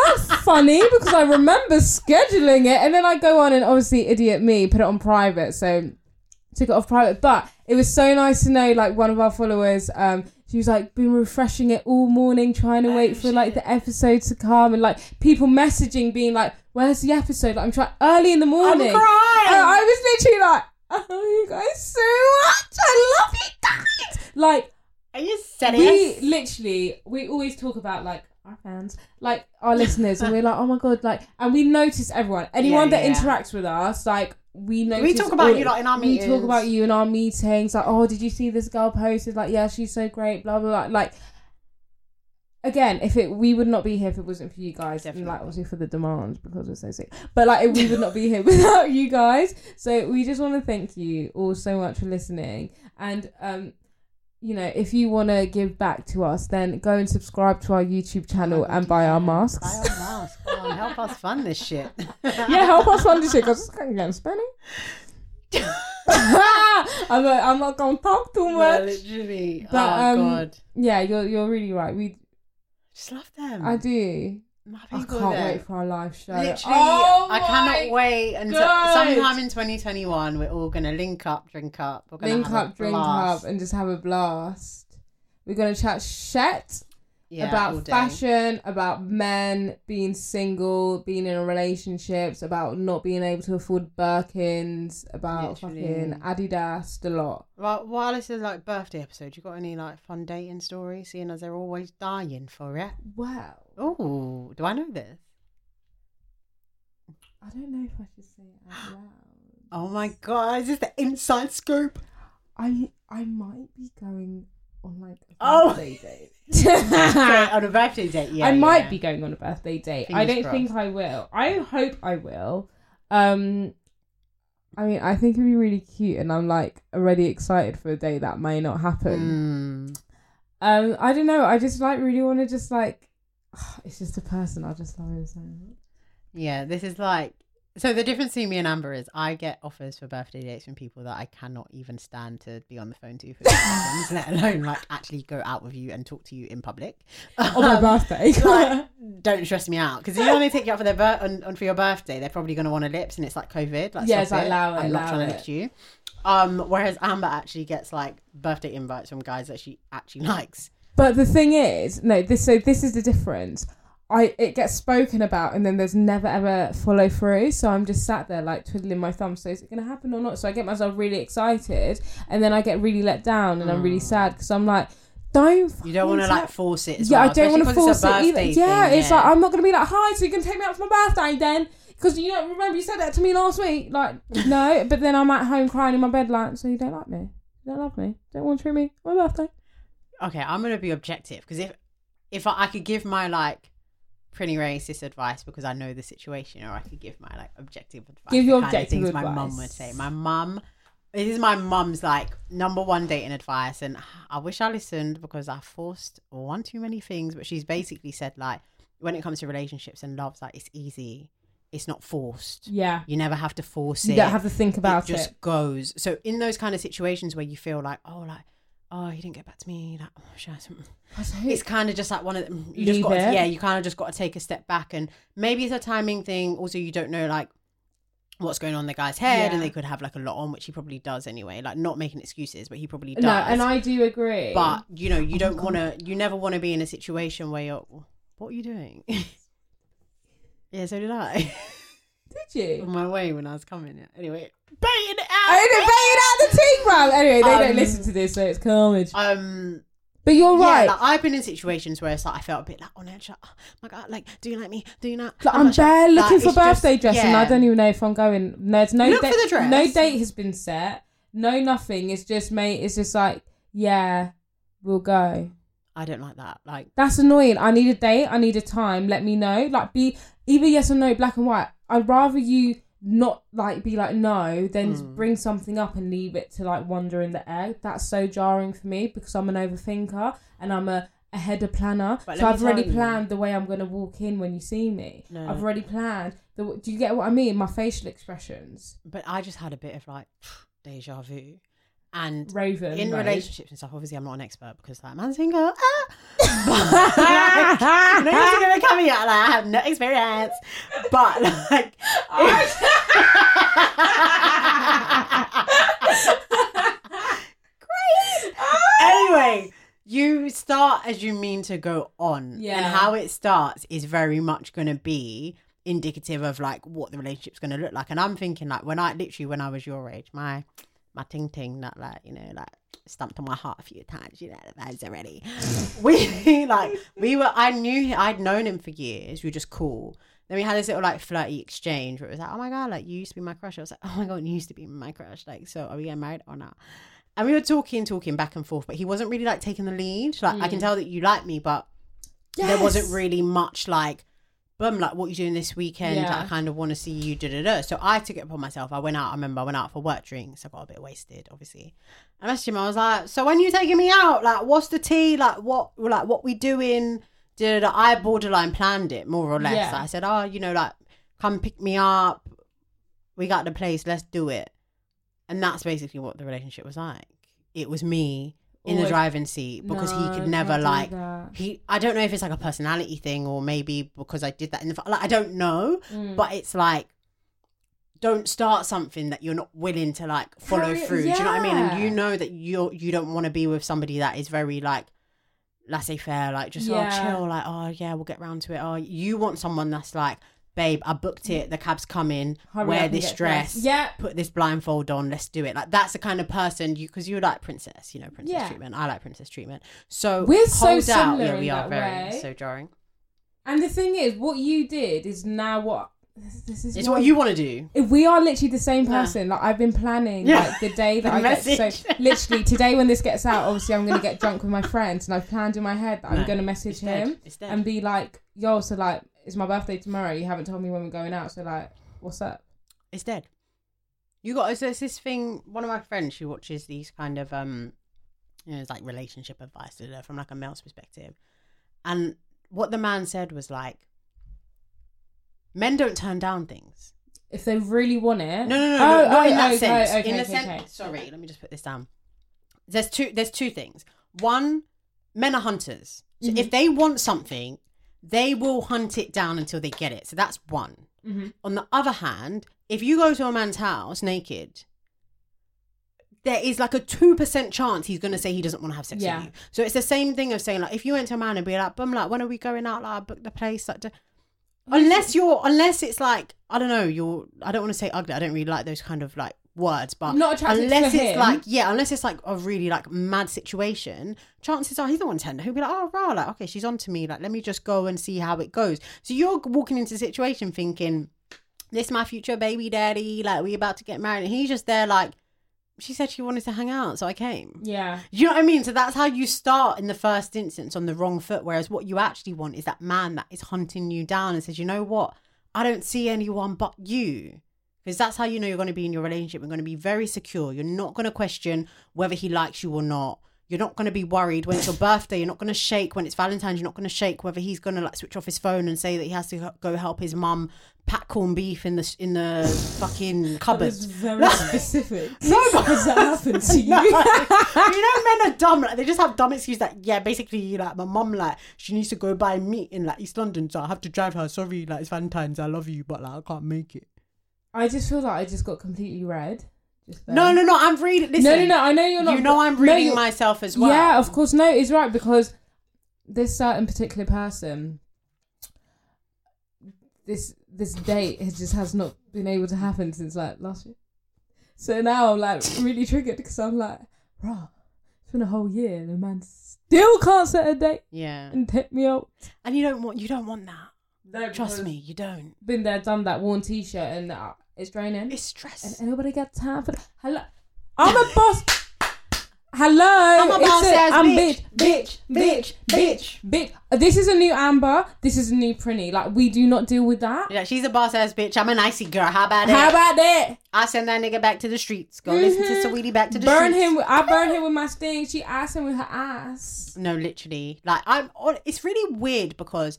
[SPEAKER 1] that's funny because I remember scheduling it, and then I go on and obviously idiot me put it on private, so took it off private. But it was so nice to know, like one of our followers, um, She was like been refreshing it all morning, trying to wait for like
[SPEAKER 2] Oh,
[SPEAKER 1] the episode to come, and like people messaging, being like, "Where's the episode?" Like I'm trying early in the morning.
[SPEAKER 2] I'm crying.
[SPEAKER 1] And I was literally like, "Oh, you guys so much! I love you guys!" Like
[SPEAKER 2] Are you serious?
[SPEAKER 1] we literally we always talk about like our fans like our listeners and we're like oh my god like and we notice everyone anyone
[SPEAKER 2] Yeah,
[SPEAKER 1] that
[SPEAKER 2] yeah.
[SPEAKER 1] interacts with us like we notice
[SPEAKER 2] talk about
[SPEAKER 1] all-
[SPEAKER 2] you lot in our
[SPEAKER 1] we talk
[SPEAKER 2] meetings.
[SPEAKER 1] about you in our meetings like oh did you see this girl posted like yeah she's so great blah blah blah like Again, if it we would not be here if it wasn't for you guys, and like
[SPEAKER 2] Definitely.
[SPEAKER 1] obviously for the demand because we're so sick. But like we would not be here without you guys. So we just want to thank you all so much for listening. And um, you know, if you want to give back to us, then go and subscribe to our YouTube channel and buy our masks.
[SPEAKER 2] Buy our mask. Come on, help us fund this shit.
[SPEAKER 1] yeah, help us fund this shit because it's going to get spenny. I'm, not- I'm not going to talk too
[SPEAKER 2] No,
[SPEAKER 1] much.
[SPEAKER 2] literally.
[SPEAKER 1] But,
[SPEAKER 2] oh
[SPEAKER 1] um,
[SPEAKER 2] god,
[SPEAKER 1] yeah, you're you're really right. We
[SPEAKER 2] just love them.
[SPEAKER 1] I do.
[SPEAKER 2] My
[SPEAKER 1] I
[SPEAKER 2] people
[SPEAKER 1] can't
[SPEAKER 2] there.
[SPEAKER 1] wait for our live show.
[SPEAKER 2] Literally,
[SPEAKER 1] Oh
[SPEAKER 2] I
[SPEAKER 1] my
[SPEAKER 2] cannot wait until
[SPEAKER 1] God.
[SPEAKER 2] sometime in 2021 we're all gonna link up, drink up, we're gonna
[SPEAKER 1] link
[SPEAKER 2] have a
[SPEAKER 1] up, drink
[SPEAKER 2] blast.
[SPEAKER 1] up, and just have a blast. We're gonna chat shit
[SPEAKER 2] Yeah, all
[SPEAKER 1] about
[SPEAKER 2] day.
[SPEAKER 1] fashion, about men being single, being in relationships, about not being able to afford Birkins, about
[SPEAKER 2] Literally.
[SPEAKER 1] fucking Adidas, the lot.
[SPEAKER 2] Well, while this is like birthday episode, you got any like fun dating stories? Seeing as they're always dying for it.
[SPEAKER 1] Wow.
[SPEAKER 2] Oh, do I know this?
[SPEAKER 1] I don't know if I should say it out loud.
[SPEAKER 2] Oh my god, is this the inside scoop?
[SPEAKER 1] I I might be going on like a
[SPEAKER 2] Oh.
[SPEAKER 1] birthday
[SPEAKER 2] Sorry,
[SPEAKER 1] date.
[SPEAKER 2] on a birthday date, yeah.
[SPEAKER 1] I might
[SPEAKER 2] yeah.
[SPEAKER 1] be going on a birthday date. I don't
[SPEAKER 2] Fingers
[SPEAKER 1] think
[SPEAKER 2] crossed.
[SPEAKER 1] I will. I hope I will. Um I mean, I think it'd be really cute, and I'm like already excited for a day that may not happen.
[SPEAKER 2] Mm.
[SPEAKER 1] Um, I don't know. I just like really want to just like, it's just a person. I just love him so much.
[SPEAKER 2] Yeah, this is like so the difference between me and Amber is I get offers for birthday dates from people that I cannot even stand to be on the phone to for seconds, let alone like actually go out with you and talk to you in public.
[SPEAKER 1] On Oh, my
[SPEAKER 2] Um,
[SPEAKER 1] birthday.
[SPEAKER 2] like, don't stress me out because you know when they take you out for their bir- on, on for your birthday, they're probably going to want a lips, and it's like COVID. Like,
[SPEAKER 1] Yeah,
[SPEAKER 2] stop
[SPEAKER 1] it's like,
[SPEAKER 2] it.
[SPEAKER 1] allow it,
[SPEAKER 2] I'm not
[SPEAKER 1] allow
[SPEAKER 2] trying to
[SPEAKER 1] it.
[SPEAKER 2] lick you. Um, whereas Amber actually gets like birthday invites from guys that she actually likes.
[SPEAKER 1] But the thing is, no, this so this is the difference. I it gets spoken about and then there's never ever follow through. So I'm just sat there like twiddling my thumbs. So is it gonna happen or not? So I get myself really excited and then I get really let down and I'm really sad because I'm like, don't.
[SPEAKER 2] Mm. You
[SPEAKER 1] fucking
[SPEAKER 2] don't want to like
[SPEAKER 1] tell-
[SPEAKER 2] force it. As
[SPEAKER 1] yeah,
[SPEAKER 2] well,
[SPEAKER 1] I don't
[SPEAKER 2] especially
[SPEAKER 1] want to
[SPEAKER 2] 'cause
[SPEAKER 1] force
[SPEAKER 2] it's
[SPEAKER 1] it
[SPEAKER 2] a
[SPEAKER 1] either.
[SPEAKER 2] birthday
[SPEAKER 1] yeah,
[SPEAKER 2] thing,
[SPEAKER 1] it's like I'm not gonna be like, hi, so you can take me out for my birthday then. Because you don't remember you said that to me last week, like no. But then I'm at home crying in my bed, like so you don't like me, you don't love me, don't want to treat me on my birthday.
[SPEAKER 2] okay, I'm gonna be objective because if if I, I could give my like pretty racist advice because I know the situation, or I could give my like objective advice.
[SPEAKER 1] Give your
[SPEAKER 2] the kind of
[SPEAKER 1] objective
[SPEAKER 2] things My mum
[SPEAKER 1] advice.
[SPEAKER 2] would say. My mum. This is my mum's like number one dating advice, and I wish I listened because I forced one too many things. But she's basically said like, when it comes to relationships and loves, like it's easy, it's not forced.
[SPEAKER 1] Yeah,
[SPEAKER 2] You never have to force
[SPEAKER 1] you
[SPEAKER 2] it
[SPEAKER 1] don't have to think about
[SPEAKER 2] it
[SPEAKER 1] it.
[SPEAKER 2] just goes so in those kind of situations where you feel like oh like oh he didn't get back to me like oh shit it's kind of just like one of them you just
[SPEAKER 1] Leave
[SPEAKER 2] got to,
[SPEAKER 1] it.
[SPEAKER 2] yeah you kind of just got to take a step back and maybe it's a timing thing also you don't know like what's going on in the guy's head
[SPEAKER 1] Yeah.
[SPEAKER 2] and they could have like a lot on which he probably does anyway like not making excuses but he probably does
[SPEAKER 1] no, and I do agree.
[SPEAKER 2] but you know you
[SPEAKER 1] my
[SPEAKER 2] don't
[SPEAKER 1] God.
[SPEAKER 2] want to you never want to be in a situation where you're what are you doing yeah so did i
[SPEAKER 1] did
[SPEAKER 2] on
[SPEAKER 1] you?
[SPEAKER 2] my way when i was coming yeah. anyway baiting it out
[SPEAKER 1] I didn't pay it out the team, bro. Anyway, they don't
[SPEAKER 2] Um,
[SPEAKER 1] listen to this, so it's carnage.
[SPEAKER 2] um
[SPEAKER 1] But you're right.
[SPEAKER 2] Yeah, like, I've been in situations where it's like I felt a bit like on edge. Like, oh my god, like do you like me? Do you not?
[SPEAKER 1] Like,
[SPEAKER 2] How
[SPEAKER 1] I'm
[SPEAKER 2] much I-
[SPEAKER 1] bare
[SPEAKER 2] like,
[SPEAKER 1] looking for
[SPEAKER 2] it's just-
[SPEAKER 1] birthday dress, and
[SPEAKER 2] yeah.
[SPEAKER 1] I don't e- even know if I'm going. There's no
[SPEAKER 2] Look
[SPEAKER 1] date-
[SPEAKER 2] for the dress.
[SPEAKER 1] No date has been set. No nothing. It's just mate. It's just like yeah, we'll go.
[SPEAKER 2] I don't like that. Like
[SPEAKER 1] That's annoying. I need a date. I need a time. Let me know. Like be either yes or no, black and white. I'd rather you not like be like no than
[SPEAKER 2] Hmm.
[SPEAKER 1] bring something up and leave it to like wander in the air. That's so jarring for me because I'm an overthinker and I'm a ahead of planner.
[SPEAKER 2] But
[SPEAKER 1] so
[SPEAKER 2] let me
[SPEAKER 1] I've already
[SPEAKER 2] tell you-
[SPEAKER 1] planned the way I'm gonna walk in when you see me.
[SPEAKER 2] No.
[SPEAKER 1] I've already planned. The, do you get what I mean? My facial expressions.
[SPEAKER 2] but I just had a bit of like deja vu, and
[SPEAKER 1] Raven.
[SPEAKER 2] in
[SPEAKER 1] Rose.
[SPEAKER 2] relationships and stuff. Obviously, I'm not an expert because like man's single. Ah. But, like, no one's gonna come here. Like, I have no experience, but like.
[SPEAKER 1] Ah!
[SPEAKER 2] Great. Anyway, you start as you mean to go on. And
[SPEAKER 1] Yeah.
[SPEAKER 2] how it starts is very much going to be indicative of like what the relationship's going to look like. And I'm thinking like when I literally when I was your age, my my ting ting that like you know like stumped on my heart a few times. You know the vibes already. we like we were. I knew I'd known him for years. We were just cool. Then we had this little like flirty exchange where it was like, oh my god, like you used to be my crush. I was like, oh my god, you used to be my crush. Like, so are we getting married or not? And we were talking, talking back and forth, but he wasn't really like taking the lead. Like, I can tell that you like me, but there wasn't really much like boom like what you doing this weekend
[SPEAKER 1] Yeah.
[SPEAKER 2] i kind of want to see you da da da so i took it upon myself i went out i remember i went out for work drinks i got a bit wasted obviously i messaged him i was like so when you taking me out like what's the tea like what like what we doing da da da i borderline planned it more or less
[SPEAKER 1] Yeah.
[SPEAKER 2] i said oh you know like come pick me up we got the place let's do it and that's basically what the relationship was like it was me in the
[SPEAKER 1] Always-
[SPEAKER 2] driving seat because
[SPEAKER 1] No,
[SPEAKER 2] he could
[SPEAKER 1] can't
[SPEAKER 2] never
[SPEAKER 1] do
[SPEAKER 2] like
[SPEAKER 1] that.
[SPEAKER 2] he i don't know if it's like a personality thing or maybe because i did that in the like i don't know
[SPEAKER 1] Mm.
[SPEAKER 2] but it's like don't start something that you're not willing to like follow
[SPEAKER 1] Carry-
[SPEAKER 2] through do you know what i mean
[SPEAKER 1] yeah.
[SPEAKER 2] and you know that you're you don't want to be with somebody that is very like laissez-faire like just oh
[SPEAKER 1] Yeah.
[SPEAKER 2] chill like oh yeah we'll get round to it oh you want someone that's like babe i booked it the cab's coming
[SPEAKER 1] Hurry up
[SPEAKER 2] wear
[SPEAKER 1] and
[SPEAKER 2] this
[SPEAKER 1] get dressed.
[SPEAKER 2] dress
[SPEAKER 1] Yeah.
[SPEAKER 2] put this blindfold on let's do it like that's the kind of person you because you like princess you know princess
[SPEAKER 1] Yeah.
[SPEAKER 2] treatment i like princess treatment so
[SPEAKER 1] We're so
[SPEAKER 2] hold out
[SPEAKER 1] similar
[SPEAKER 2] yeah we
[SPEAKER 1] in that
[SPEAKER 2] are very
[SPEAKER 1] way.
[SPEAKER 2] so jarring
[SPEAKER 1] And the thing is, what you did is now what this, this is
[SPEAKER 2] it's what you want to do
[SPEAKER 1] If we are literally the same
[SPEAKER 2] Yeah.
[SPEAKER 1] person. Like I've been planning
[SPEAKER 2] Yeah.
[SPEAKER 1] like the day that
[SPEAKER 2] The
[SPEAKER 1] I get
[SPEAKER 2] message.
[SPEAKER 1] so literally today when this gets out, obviously I'm gonna get drunk with my friends and I've planned in my head that
[SPEAKER 2] No,
[SPEAKER 1] I'm gonna message
[SPEAKER 2] it's dead.
[SPEAKER 1] him
[SPEAKER 2] It's dead.
[SPEAKER 1] and be like, Yo, so like it's my birthday tomorrow, you haven't told me when we're going out, so like what's up?
[SPEAKER 2] it's dead you got so it's this thing one of my friends she watches these kind of um you know it's like relationship advice da, da, da, from like a male's perspective and what the man said was like men don't turn down things
[SPEAKER 1] If they really want it.
[SPEAKER 2] No, no, no, no
[SPEAKER 1] Oh,
[SPEAKER 2] not
[SPEAKER 1] oh,
[SPEAKER 2] in that
[SPEAKER 1] okay,
[SPEAKER 2] sense.
[SPEAKER 1] okay,
[SPEAKER 2] in the
[SPEAKER 1] okay,
[SPEAKER 2] sense,
[SPEAKER 1] okay.
[SPEAKER 2] sorry, let me just put this down. There's two. There's two things. One, men are hunters. So
[SPEAKER 1] Mm-hmm.
[SPEAKER 2] if they want something, they will hunt it down until they get it. So that's one.
[SPEAKER 1] Mm-hmm.
[SPEAKER 2] On the other hand, if you go to a man's house naked, there is like a two percent chance he's gonna say he doesn't want to have sex
[SPEAKER 1] Yeah.
[SPEAKER 2] with you. So it's the same thing of saying like, if you went to a man and be like, "Bum, like, when are we going out? Like, I booked the place." Like, d- unless you're, unless it's like, I don't know, you're. I don't want to say ugly. I don't really like those kind of like words, but
[SPEAKER 1] Not attractive
[SPEAKER 2] unless
[SPEAKER 1] for
[SPEAKER 2] it's
[SPEAKER 1] him.
[SPEAKER 2] like, yeah, unless it's like a really like mad situation, chances are he's the one tender. He'll be like, "Oh, rah, like, okay, she's on to me. Like, let me just go and see how it goes." So you're walking into the situation thinking this my future baby daddy like we about to get married and he's just there like she said she wanted to hang out so i came
[SPEAKER 1] Yeah.
[SPEAKER 2] you know what i mean so that's how you start in the first instance on the wrong foot whereas what you actually want is that man that is hunting you down and says you know what i don't see anyone but you because that's how you know you're going to be in your relationship you're going to be very secure you're not going to question whether he likes you or not you're not going to be worried when it's your birthday you're not going to shake when it's valentine's you're not going to shake whether he's going to like switch off his phone and say that he has to go help his mum pack corned beef in the in the fucking
[SPEAKER 1] That
[SPEAKER 2] cupboard
[SPEAKER 1] was very specific. No,
[SPEAKER 2] but-
[SPEAKER 1] has that happened to you?
[SPEAKER 2] No. you know, men are dumb. Like they just have dumb excuses. Like, yeah, basically, like my mum, like she needs to go buy meat in like East London, so I have to drive her. Sorry, like it's Valentine's. I love you, but like I can't make it.
[SPEAKER 1] I just feel like I just got completely red. Just then.
[SPEAKER 2] No, no, no. I'm reading. Listen,
[SPEAKER 1] No, no, no. I know you're not.
[SPEAKER 2] you know, I'm
[SPEAKER 1] no,
[SPEAKER 2] reading
[SPEAKER 1] you're-
[SPEAKER 2] myself as well.
[SPEAKER 1] Yeah, of course. No, it's right because this certain particular person, this this date has just has not been able to happen since like last year. So now I'm like really triggered because I'm like, rah, it's been a whole year and the man still can't set a date
[SPEAKER 2] Yeah,
[SPEAKER 1] and take me out.
[SPEAKER 2] and you don't want you don't want that.
[SPEAKER 1] No,
[SPEAKER 2] Trust me, you don't.
[SPEAKER 1] Been there, done that, worn t-shirt, and uh, it's draining.
[SPEAKER 2] It's
[SPEAKER 1] and
[SPEAKER 2] stress.
[SPEAKER 1] nobody got time for that. Hello, I'm a boss. Hello, I'm
[SPEAKER 2] a boss ass
[SPEAKER 1] I'm
[SPEAKER 2] bitch,
[SPEAKER 1] bitch, bitch, bitch, bitch, bitch, Uh, This is a new Amber. This is a new Prinny. Like we do not deal with that.
[SPEAKER 2] Yeah, she's a boss ass bitch. I'm an icy girl. How about it?
[SPEAKER 1] How about that?
[SPEAKER 2] I send that nigga back to the streets. Go listen to Saweetie back to the
[SPEAKER 1] burn
[SPEAKER 2] streets.
[SPEAKER 1] him. With, I burn him with my sting. She asked him with her ass.
[SPEAKER 2] No, literally. Like I'm on it's really weird because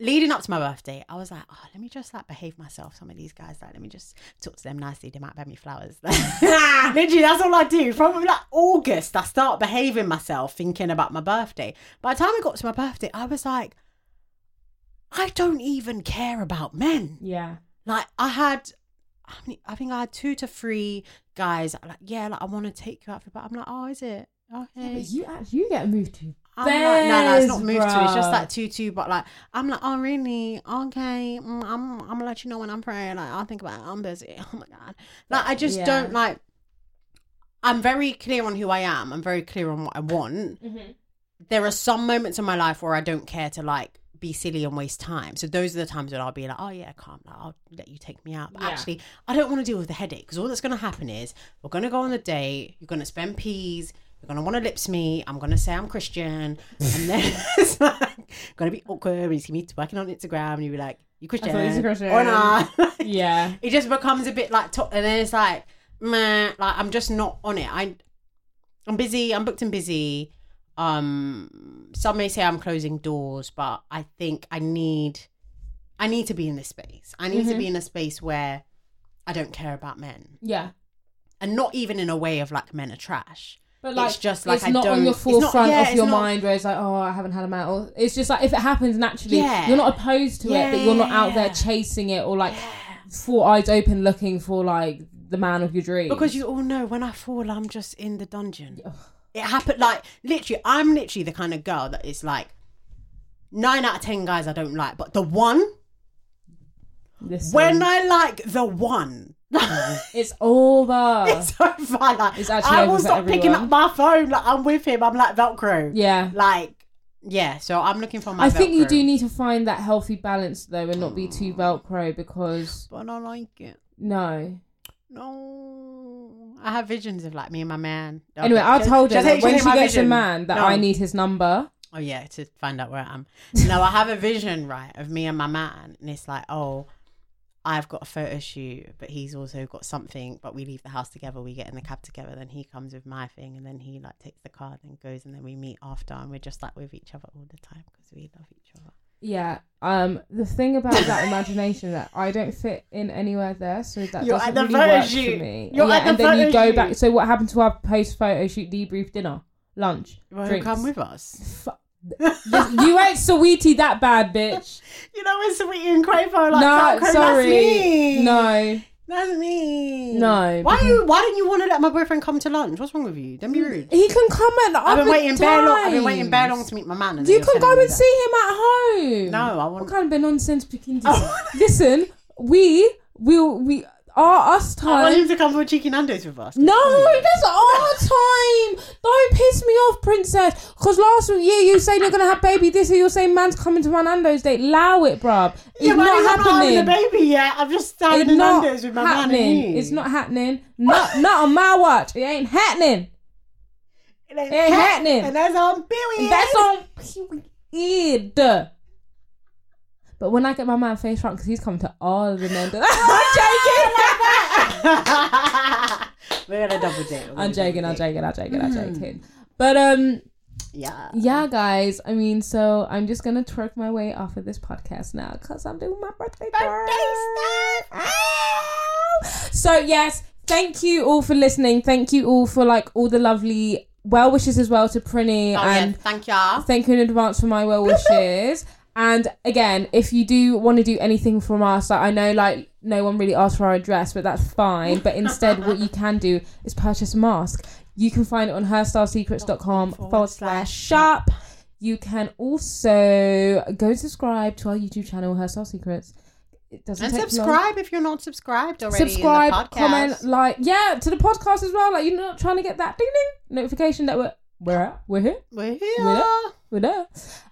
[SPEAKER 2] leading up to my birthday, I was like, oh, let me just like behave myself. Some of these guys, like, let me just talk to them nicely. They might buy me flowers. literally, that's all I do. From like August, I start behaving myself, thinking about my birthday. By the time it got to my birthday, I was like, I don't even care about men
[SPEAKER 1] Yeah,
[SPEAKER 2] like I had, how many- I think I had two to three guys. Like, yeah, like I want to take you out for, but I'm like, oh, is it okay?
[SPEAKER 1] but you actually you get moved to
[SPEAKER 2] I'm like, no, no, it's
[SPEAKER 1] Bez,
[SPEAKER 2] not moved to. It's just
[SPEAKER 1] bruh.
[SPEAKER 2] that tutu. But like, I'm like, oh really? Okay, mm, I'm, I'm gonna let you know when I'm praying. Like, I'll think about it. I'm busy. Oh my god. Like, I just
[SPEAKER 1] Yeah.
[SPEAKER 2] don't like. I'm very clear on who I am. I'm very clear on what I want.
[SPEAKER 1] Mm-hmm.
[SPEAKER 2] There are some moments in my life where I don't care to like be silly and waste time. So those are the times when I'll be like, oh yeah, calm. Like, I'll let you take me out. But
[SPEAKER 1] Yeah.
[SPEAKER 2] actually, I don't want to deal with the headache because all that's gonna happen is we're gonna go on the date. You're gonna spend peas. You're gonna want to lips me. I'm gonna say I'm Christian, and then it's like gonna be awkward. And you see me twerking on Instagram, and you be like, "You Christian,
[SPEAKER 1] thought you was Christian.
[SPEAKER 2] or not?"
[SPEAKER 1] Yeah.
[SPEAKER 2] it just becomes a bit like, to- and then it's like, meh, like I'm just not on it. I, I'm busy. I'm booked and busy. Um, some may say I'm closing doors, but I think I need, I need to be in this space. I need to be in a space where I don't care about men,
[SPEAKER 1] Yeah.
[SPEAKER 2] and not even in a way of like men are trash.
[SPEAKER 1] But
[SPEAKER 2] It's
[SPEAKER 1] like,
[SPEAKER 2] just like
[SPEAKER 1] it's
[SPEAKER 2] I
[SPEAKER 1] not on
[SPEAKER 2] don't-
[SPEAKER 1] your
[SPEAKER 2] it's not-
[SPEAKER 1] forefront
[SPEAKER 2] yeah,
[SPEAKER 1] of
[SPEAKER 2] it's
[SPEAKER 1] your
[SPEAKER 2] not-
[SPEAKER 1] mind where it's like, oh, I haven't had a man. Or it's just like if it happens naturally,
[SPEAKER 2] Yeah.
[SPEAKER 1] you're not opposed to it, but you're not out there
[SPEAKER 2] Yeah.
[SPEAKER 1] chasing it or like four eyes open looking for like the man of your dreams.
[SPEAKER 2] Because you all know when I fall, I'm just in the dungeon. It happened like literally, I'm literally the kind of girl that is like nine out of ten guys I don't like, but the one
[SPEAKER 1] Listen,
[SPEAKER 2] when I like the one.
[SPEAKER 1] it's over.
[SPEAKER 2] it's over. Like,
[SPEAKER 1] It's actually
[SPEAKER 2] I
[SPEAKER 1] over
[SPEAKER 2] will
[SPEAKER 1] for
[SPEAKER 2] stop picking
[SPEAKER 1] everyone.
[SPEAKER 2] up my phone. Like I'm with him. I'm like Velcro.
[SPEAKER 1] yeah.
[SPEAKER 2] Like yeah. So I'm looking for Mm. my.
[SPEAKER 1] I think you
[SPEAKER 2] Velcro.
[SPEAKER 1] do need to find that healthy balance though and not be too Velcro because
[SPEAKER 2] But I don't like it.
[SPEAKER 1] no.
[SPEAKER 2] No. I have visions of like me and my man.
[SPEAKER 1] Anyway, I
[SPEAKER 2] Shall-
[SPEAKER 1] told her
[SPEAKER 2] shall I
[SPEAKER 1] that
[SPEAKER 2] tell you-
[SPEAKER 1] when
[SPEAKER 2] shall I
[SPEAKER 1] she
[SPEAKER 2] tell you my
[SPEAKER 1] gets a
[SPEAKER 2] vision?
[SPEAKER 1] man that
[SPEAKER 2] No.
[SPEAKER 1] I need his number.
[SPEAKER 2] Oh yeah, to find out where I am. No, I have a vision, right, of me and my man, and it's like, oh, I've got a photo shoot, but he's also got something. But we leave the house together, we get in the cab together, then he comes with my thing, and then he like takes the card and goes, and then we meet after, and we're just like with each other all the time because we love each other.
[SPEAKER 1] Yeah. Um. The thing about that imagination that I don't fit in anywhere there, so that
[SPEAKER 2] You're
[SPEAKER 1] doesn't
[SPEAKER 2] at the
[SPEAKER 1] really
[SPEAKER 2] photo
[SPEAKER 1] work
[SPEAKER 2] shoot.
[SPEAKER 1] for me.
[SPEAKER 2] You're
[SPEAKER 1] yeah,
[SPEAKER 2] at the
[SPEAKER 1] and then you
[SPEAKER 2] photo
[SPEAKER 1] go
[SPEAKER 2] shoot.
[SPEAKER 1] back. So what happened to our post photo shoot debrief dinner, lunch,
[SPEAKER 2] Well,
[SPEAKER 1] drinks?
[SPEAKER 2] come with us.
[SPEAKER 1] Fu- you ain't sweetie that bad bitch.
[SPEAKER 2] You know, when Sweetie and Quavo
[SPEAKER 1] no,
[SPEAKER 2] like, Falco,
[SPEAKER 1] sorry,
[SPEAKER 2] that's me.
[SPEAKER 1] no.
[SPEAKER 2] that's me.
[SPEAKER 1] No,
[SPEAKER 2] why
[SPEAKER 1] because-
[SPEAKER 2] you? Why didn't you want to let my boyfriend come to lunch? What's wrong with you? Don't be rude.
[SPEAKER 1] He can come at.
[SPEAKER 2] I've been
[SPEAKER 1] other
[SPEAKER 2] waiting bare long. I've been waiting bare
[SPEAKER 1] times.
[SPEAKER 2] long to meet my man. and then
[SPEAKER 1] You
[SPEAKER 2] you're
[SPEAKER 1] can
[SPEAKER 2] telling
[SPEAKER 1] go
[SPEAKER 2] me
[SPEAKER 1] and
[SPEAKER 2] that.
[SPEAKER 1] see him at home.
[SPEAKER 2] No, I
[SPEAKER 1] What
[SPEAKER 2] want.
[SPEAKER 1] kind of a nonsense picking
[SPEAKER 2] Oh.
[SPEAKER 1] Listen, we will we our us
[SPEAKER 2] I want
[SPEAKER 1] time.
[SPEAKER 2] him to come for cheeky Nando's with us.
[SPEAKER 1] No, that's our time. Don't piss me off, princess. Cause last year you saying you're gonna have baby this year, you're saying man's coming to my Nando's date. Allow it, bruv. It's
[SPEAKER 2] Yeah, but
[SPEAKER 1] not
[SPEAKER 2] I'm not having
[SPEAKER 1] happening.
[SPEAKER 2] the baby yet. I'm just having
[SPEAKER 1] it's
[SPEAKER 2] the
[SPEAKER 1] not
[SPEAKER 2] Nando's with my man.
[SPEAKER 1] happening.
[SPEAKER 2] and you.
[SPEAKER 1] it's not happening. Not not on my watch. It ain't happening.
[SPEAKER 2] It ain't,
[SPEAKER 1] ain't happening.
[SPEAKER 2] And that's on period.
[SPEAKER 1] That's on period. But when I get my man face front, because he's coming to all of the men.
[SPEAKER 2] Ah!
[SPEAKER 1] I'm joking.
[SPEAKER 2] We're gonna double date. We're
[SPEAKER 1] I'm
[SPEAKER 2] gonna
[SPEAKER 1] joking.
[SPEAKER 2] double
[SPEAKER 1] I'm joking.
[SPEAKER 2] date.
[SPEAKER 1] I'm joking. I'm joking.
[SPEAKER 2] Hmm.
[SPEAKER 1] But um,
[SPEAKER 2] Yeah.
[SPEAKER 1] yeah, guys. I mean, so I'm just gonna twerk my way off of this podcast now because I'm doing my birthday.
[SPEAKER 2] Birthday
[SPEAKER 1] stuff. Ah! So yes, thank you all for listening. Thank you all for like all the lovely well wishes as well to Prinny
[SPEAKER 2] Oh, yeah.
[SPEAKER 1] and
[SPEAKER 2] Thank you.
[SPEAKER 1] thank you in advance for my well wishes. And again, if you do want to do anything from us, like I know like no one really asked for our address, but that's fine. But instead, what you can do is purchase a mask. You can find it on hairstylesecrets.com forward slash shop. You can also go and subscribe to our YouTube channel, Hairstyle Secrets. It doesn't
[SPEAKER 2] And
[SPEAKER 1] take long
[SPEAKER 2] subscribe if you're not subscribed already.
[SPEAKER 1] subscribe,
[SPEAKER 2] in the podcast.
[SPEAKER 1] comment, like, yeah, to the podcast as well. Like, you're not trying to get that ding ding notification that we're we're at, we're here,
[SPEAKER 2] We're here.
[SPEAKER 1] We're we're there.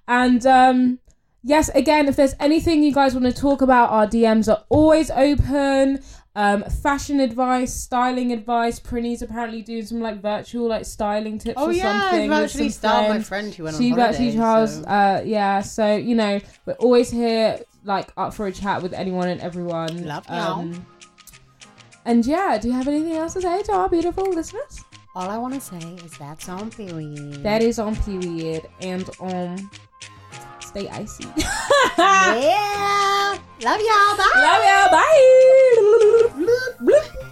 [SPEAKER 1] And um, yes, again, if there's anything you guys want to talk about, our DMs are always open. Um, fashion advice, styling advice. Prinny's apparently doing some like virtual like styling tips
[SPEAKER 2] Oh
[SPEAKER 1] or
[SPEAKER 2] yeah,
[SPEAKER 1] something.
[SPEAKER 2] I've
[SPEAKER 1] with
[SPEAKER 2] actually
[SPEAKER 1] some
[SPEAKER 2] styled my
[SPEAKER 1] friends.
[SPEAKER 2] friend who went on
[SPEAKER 1] She
[SPEAKER 2] holiday.
[SPEAKER 1] virtually Charles.
[SPEAKER 2] so-
[SPEAKER 1] Uh, yeah, so you know, we're always here, like up for a chat with anyone and everyone. Um,
[SPEAKER 2] Love y'all.
[SPEAKER 1] and yeah, do you have anything else to say to our beautiful listeners?
[SPEAKER 2] All I want to say is that's on period.
[SPEAKER 1] That is on period and um, stay icy.
[SPEAKER 2] yeah. Love y'all. Bye.
[SPEAKER 1] Love y'all. Bye.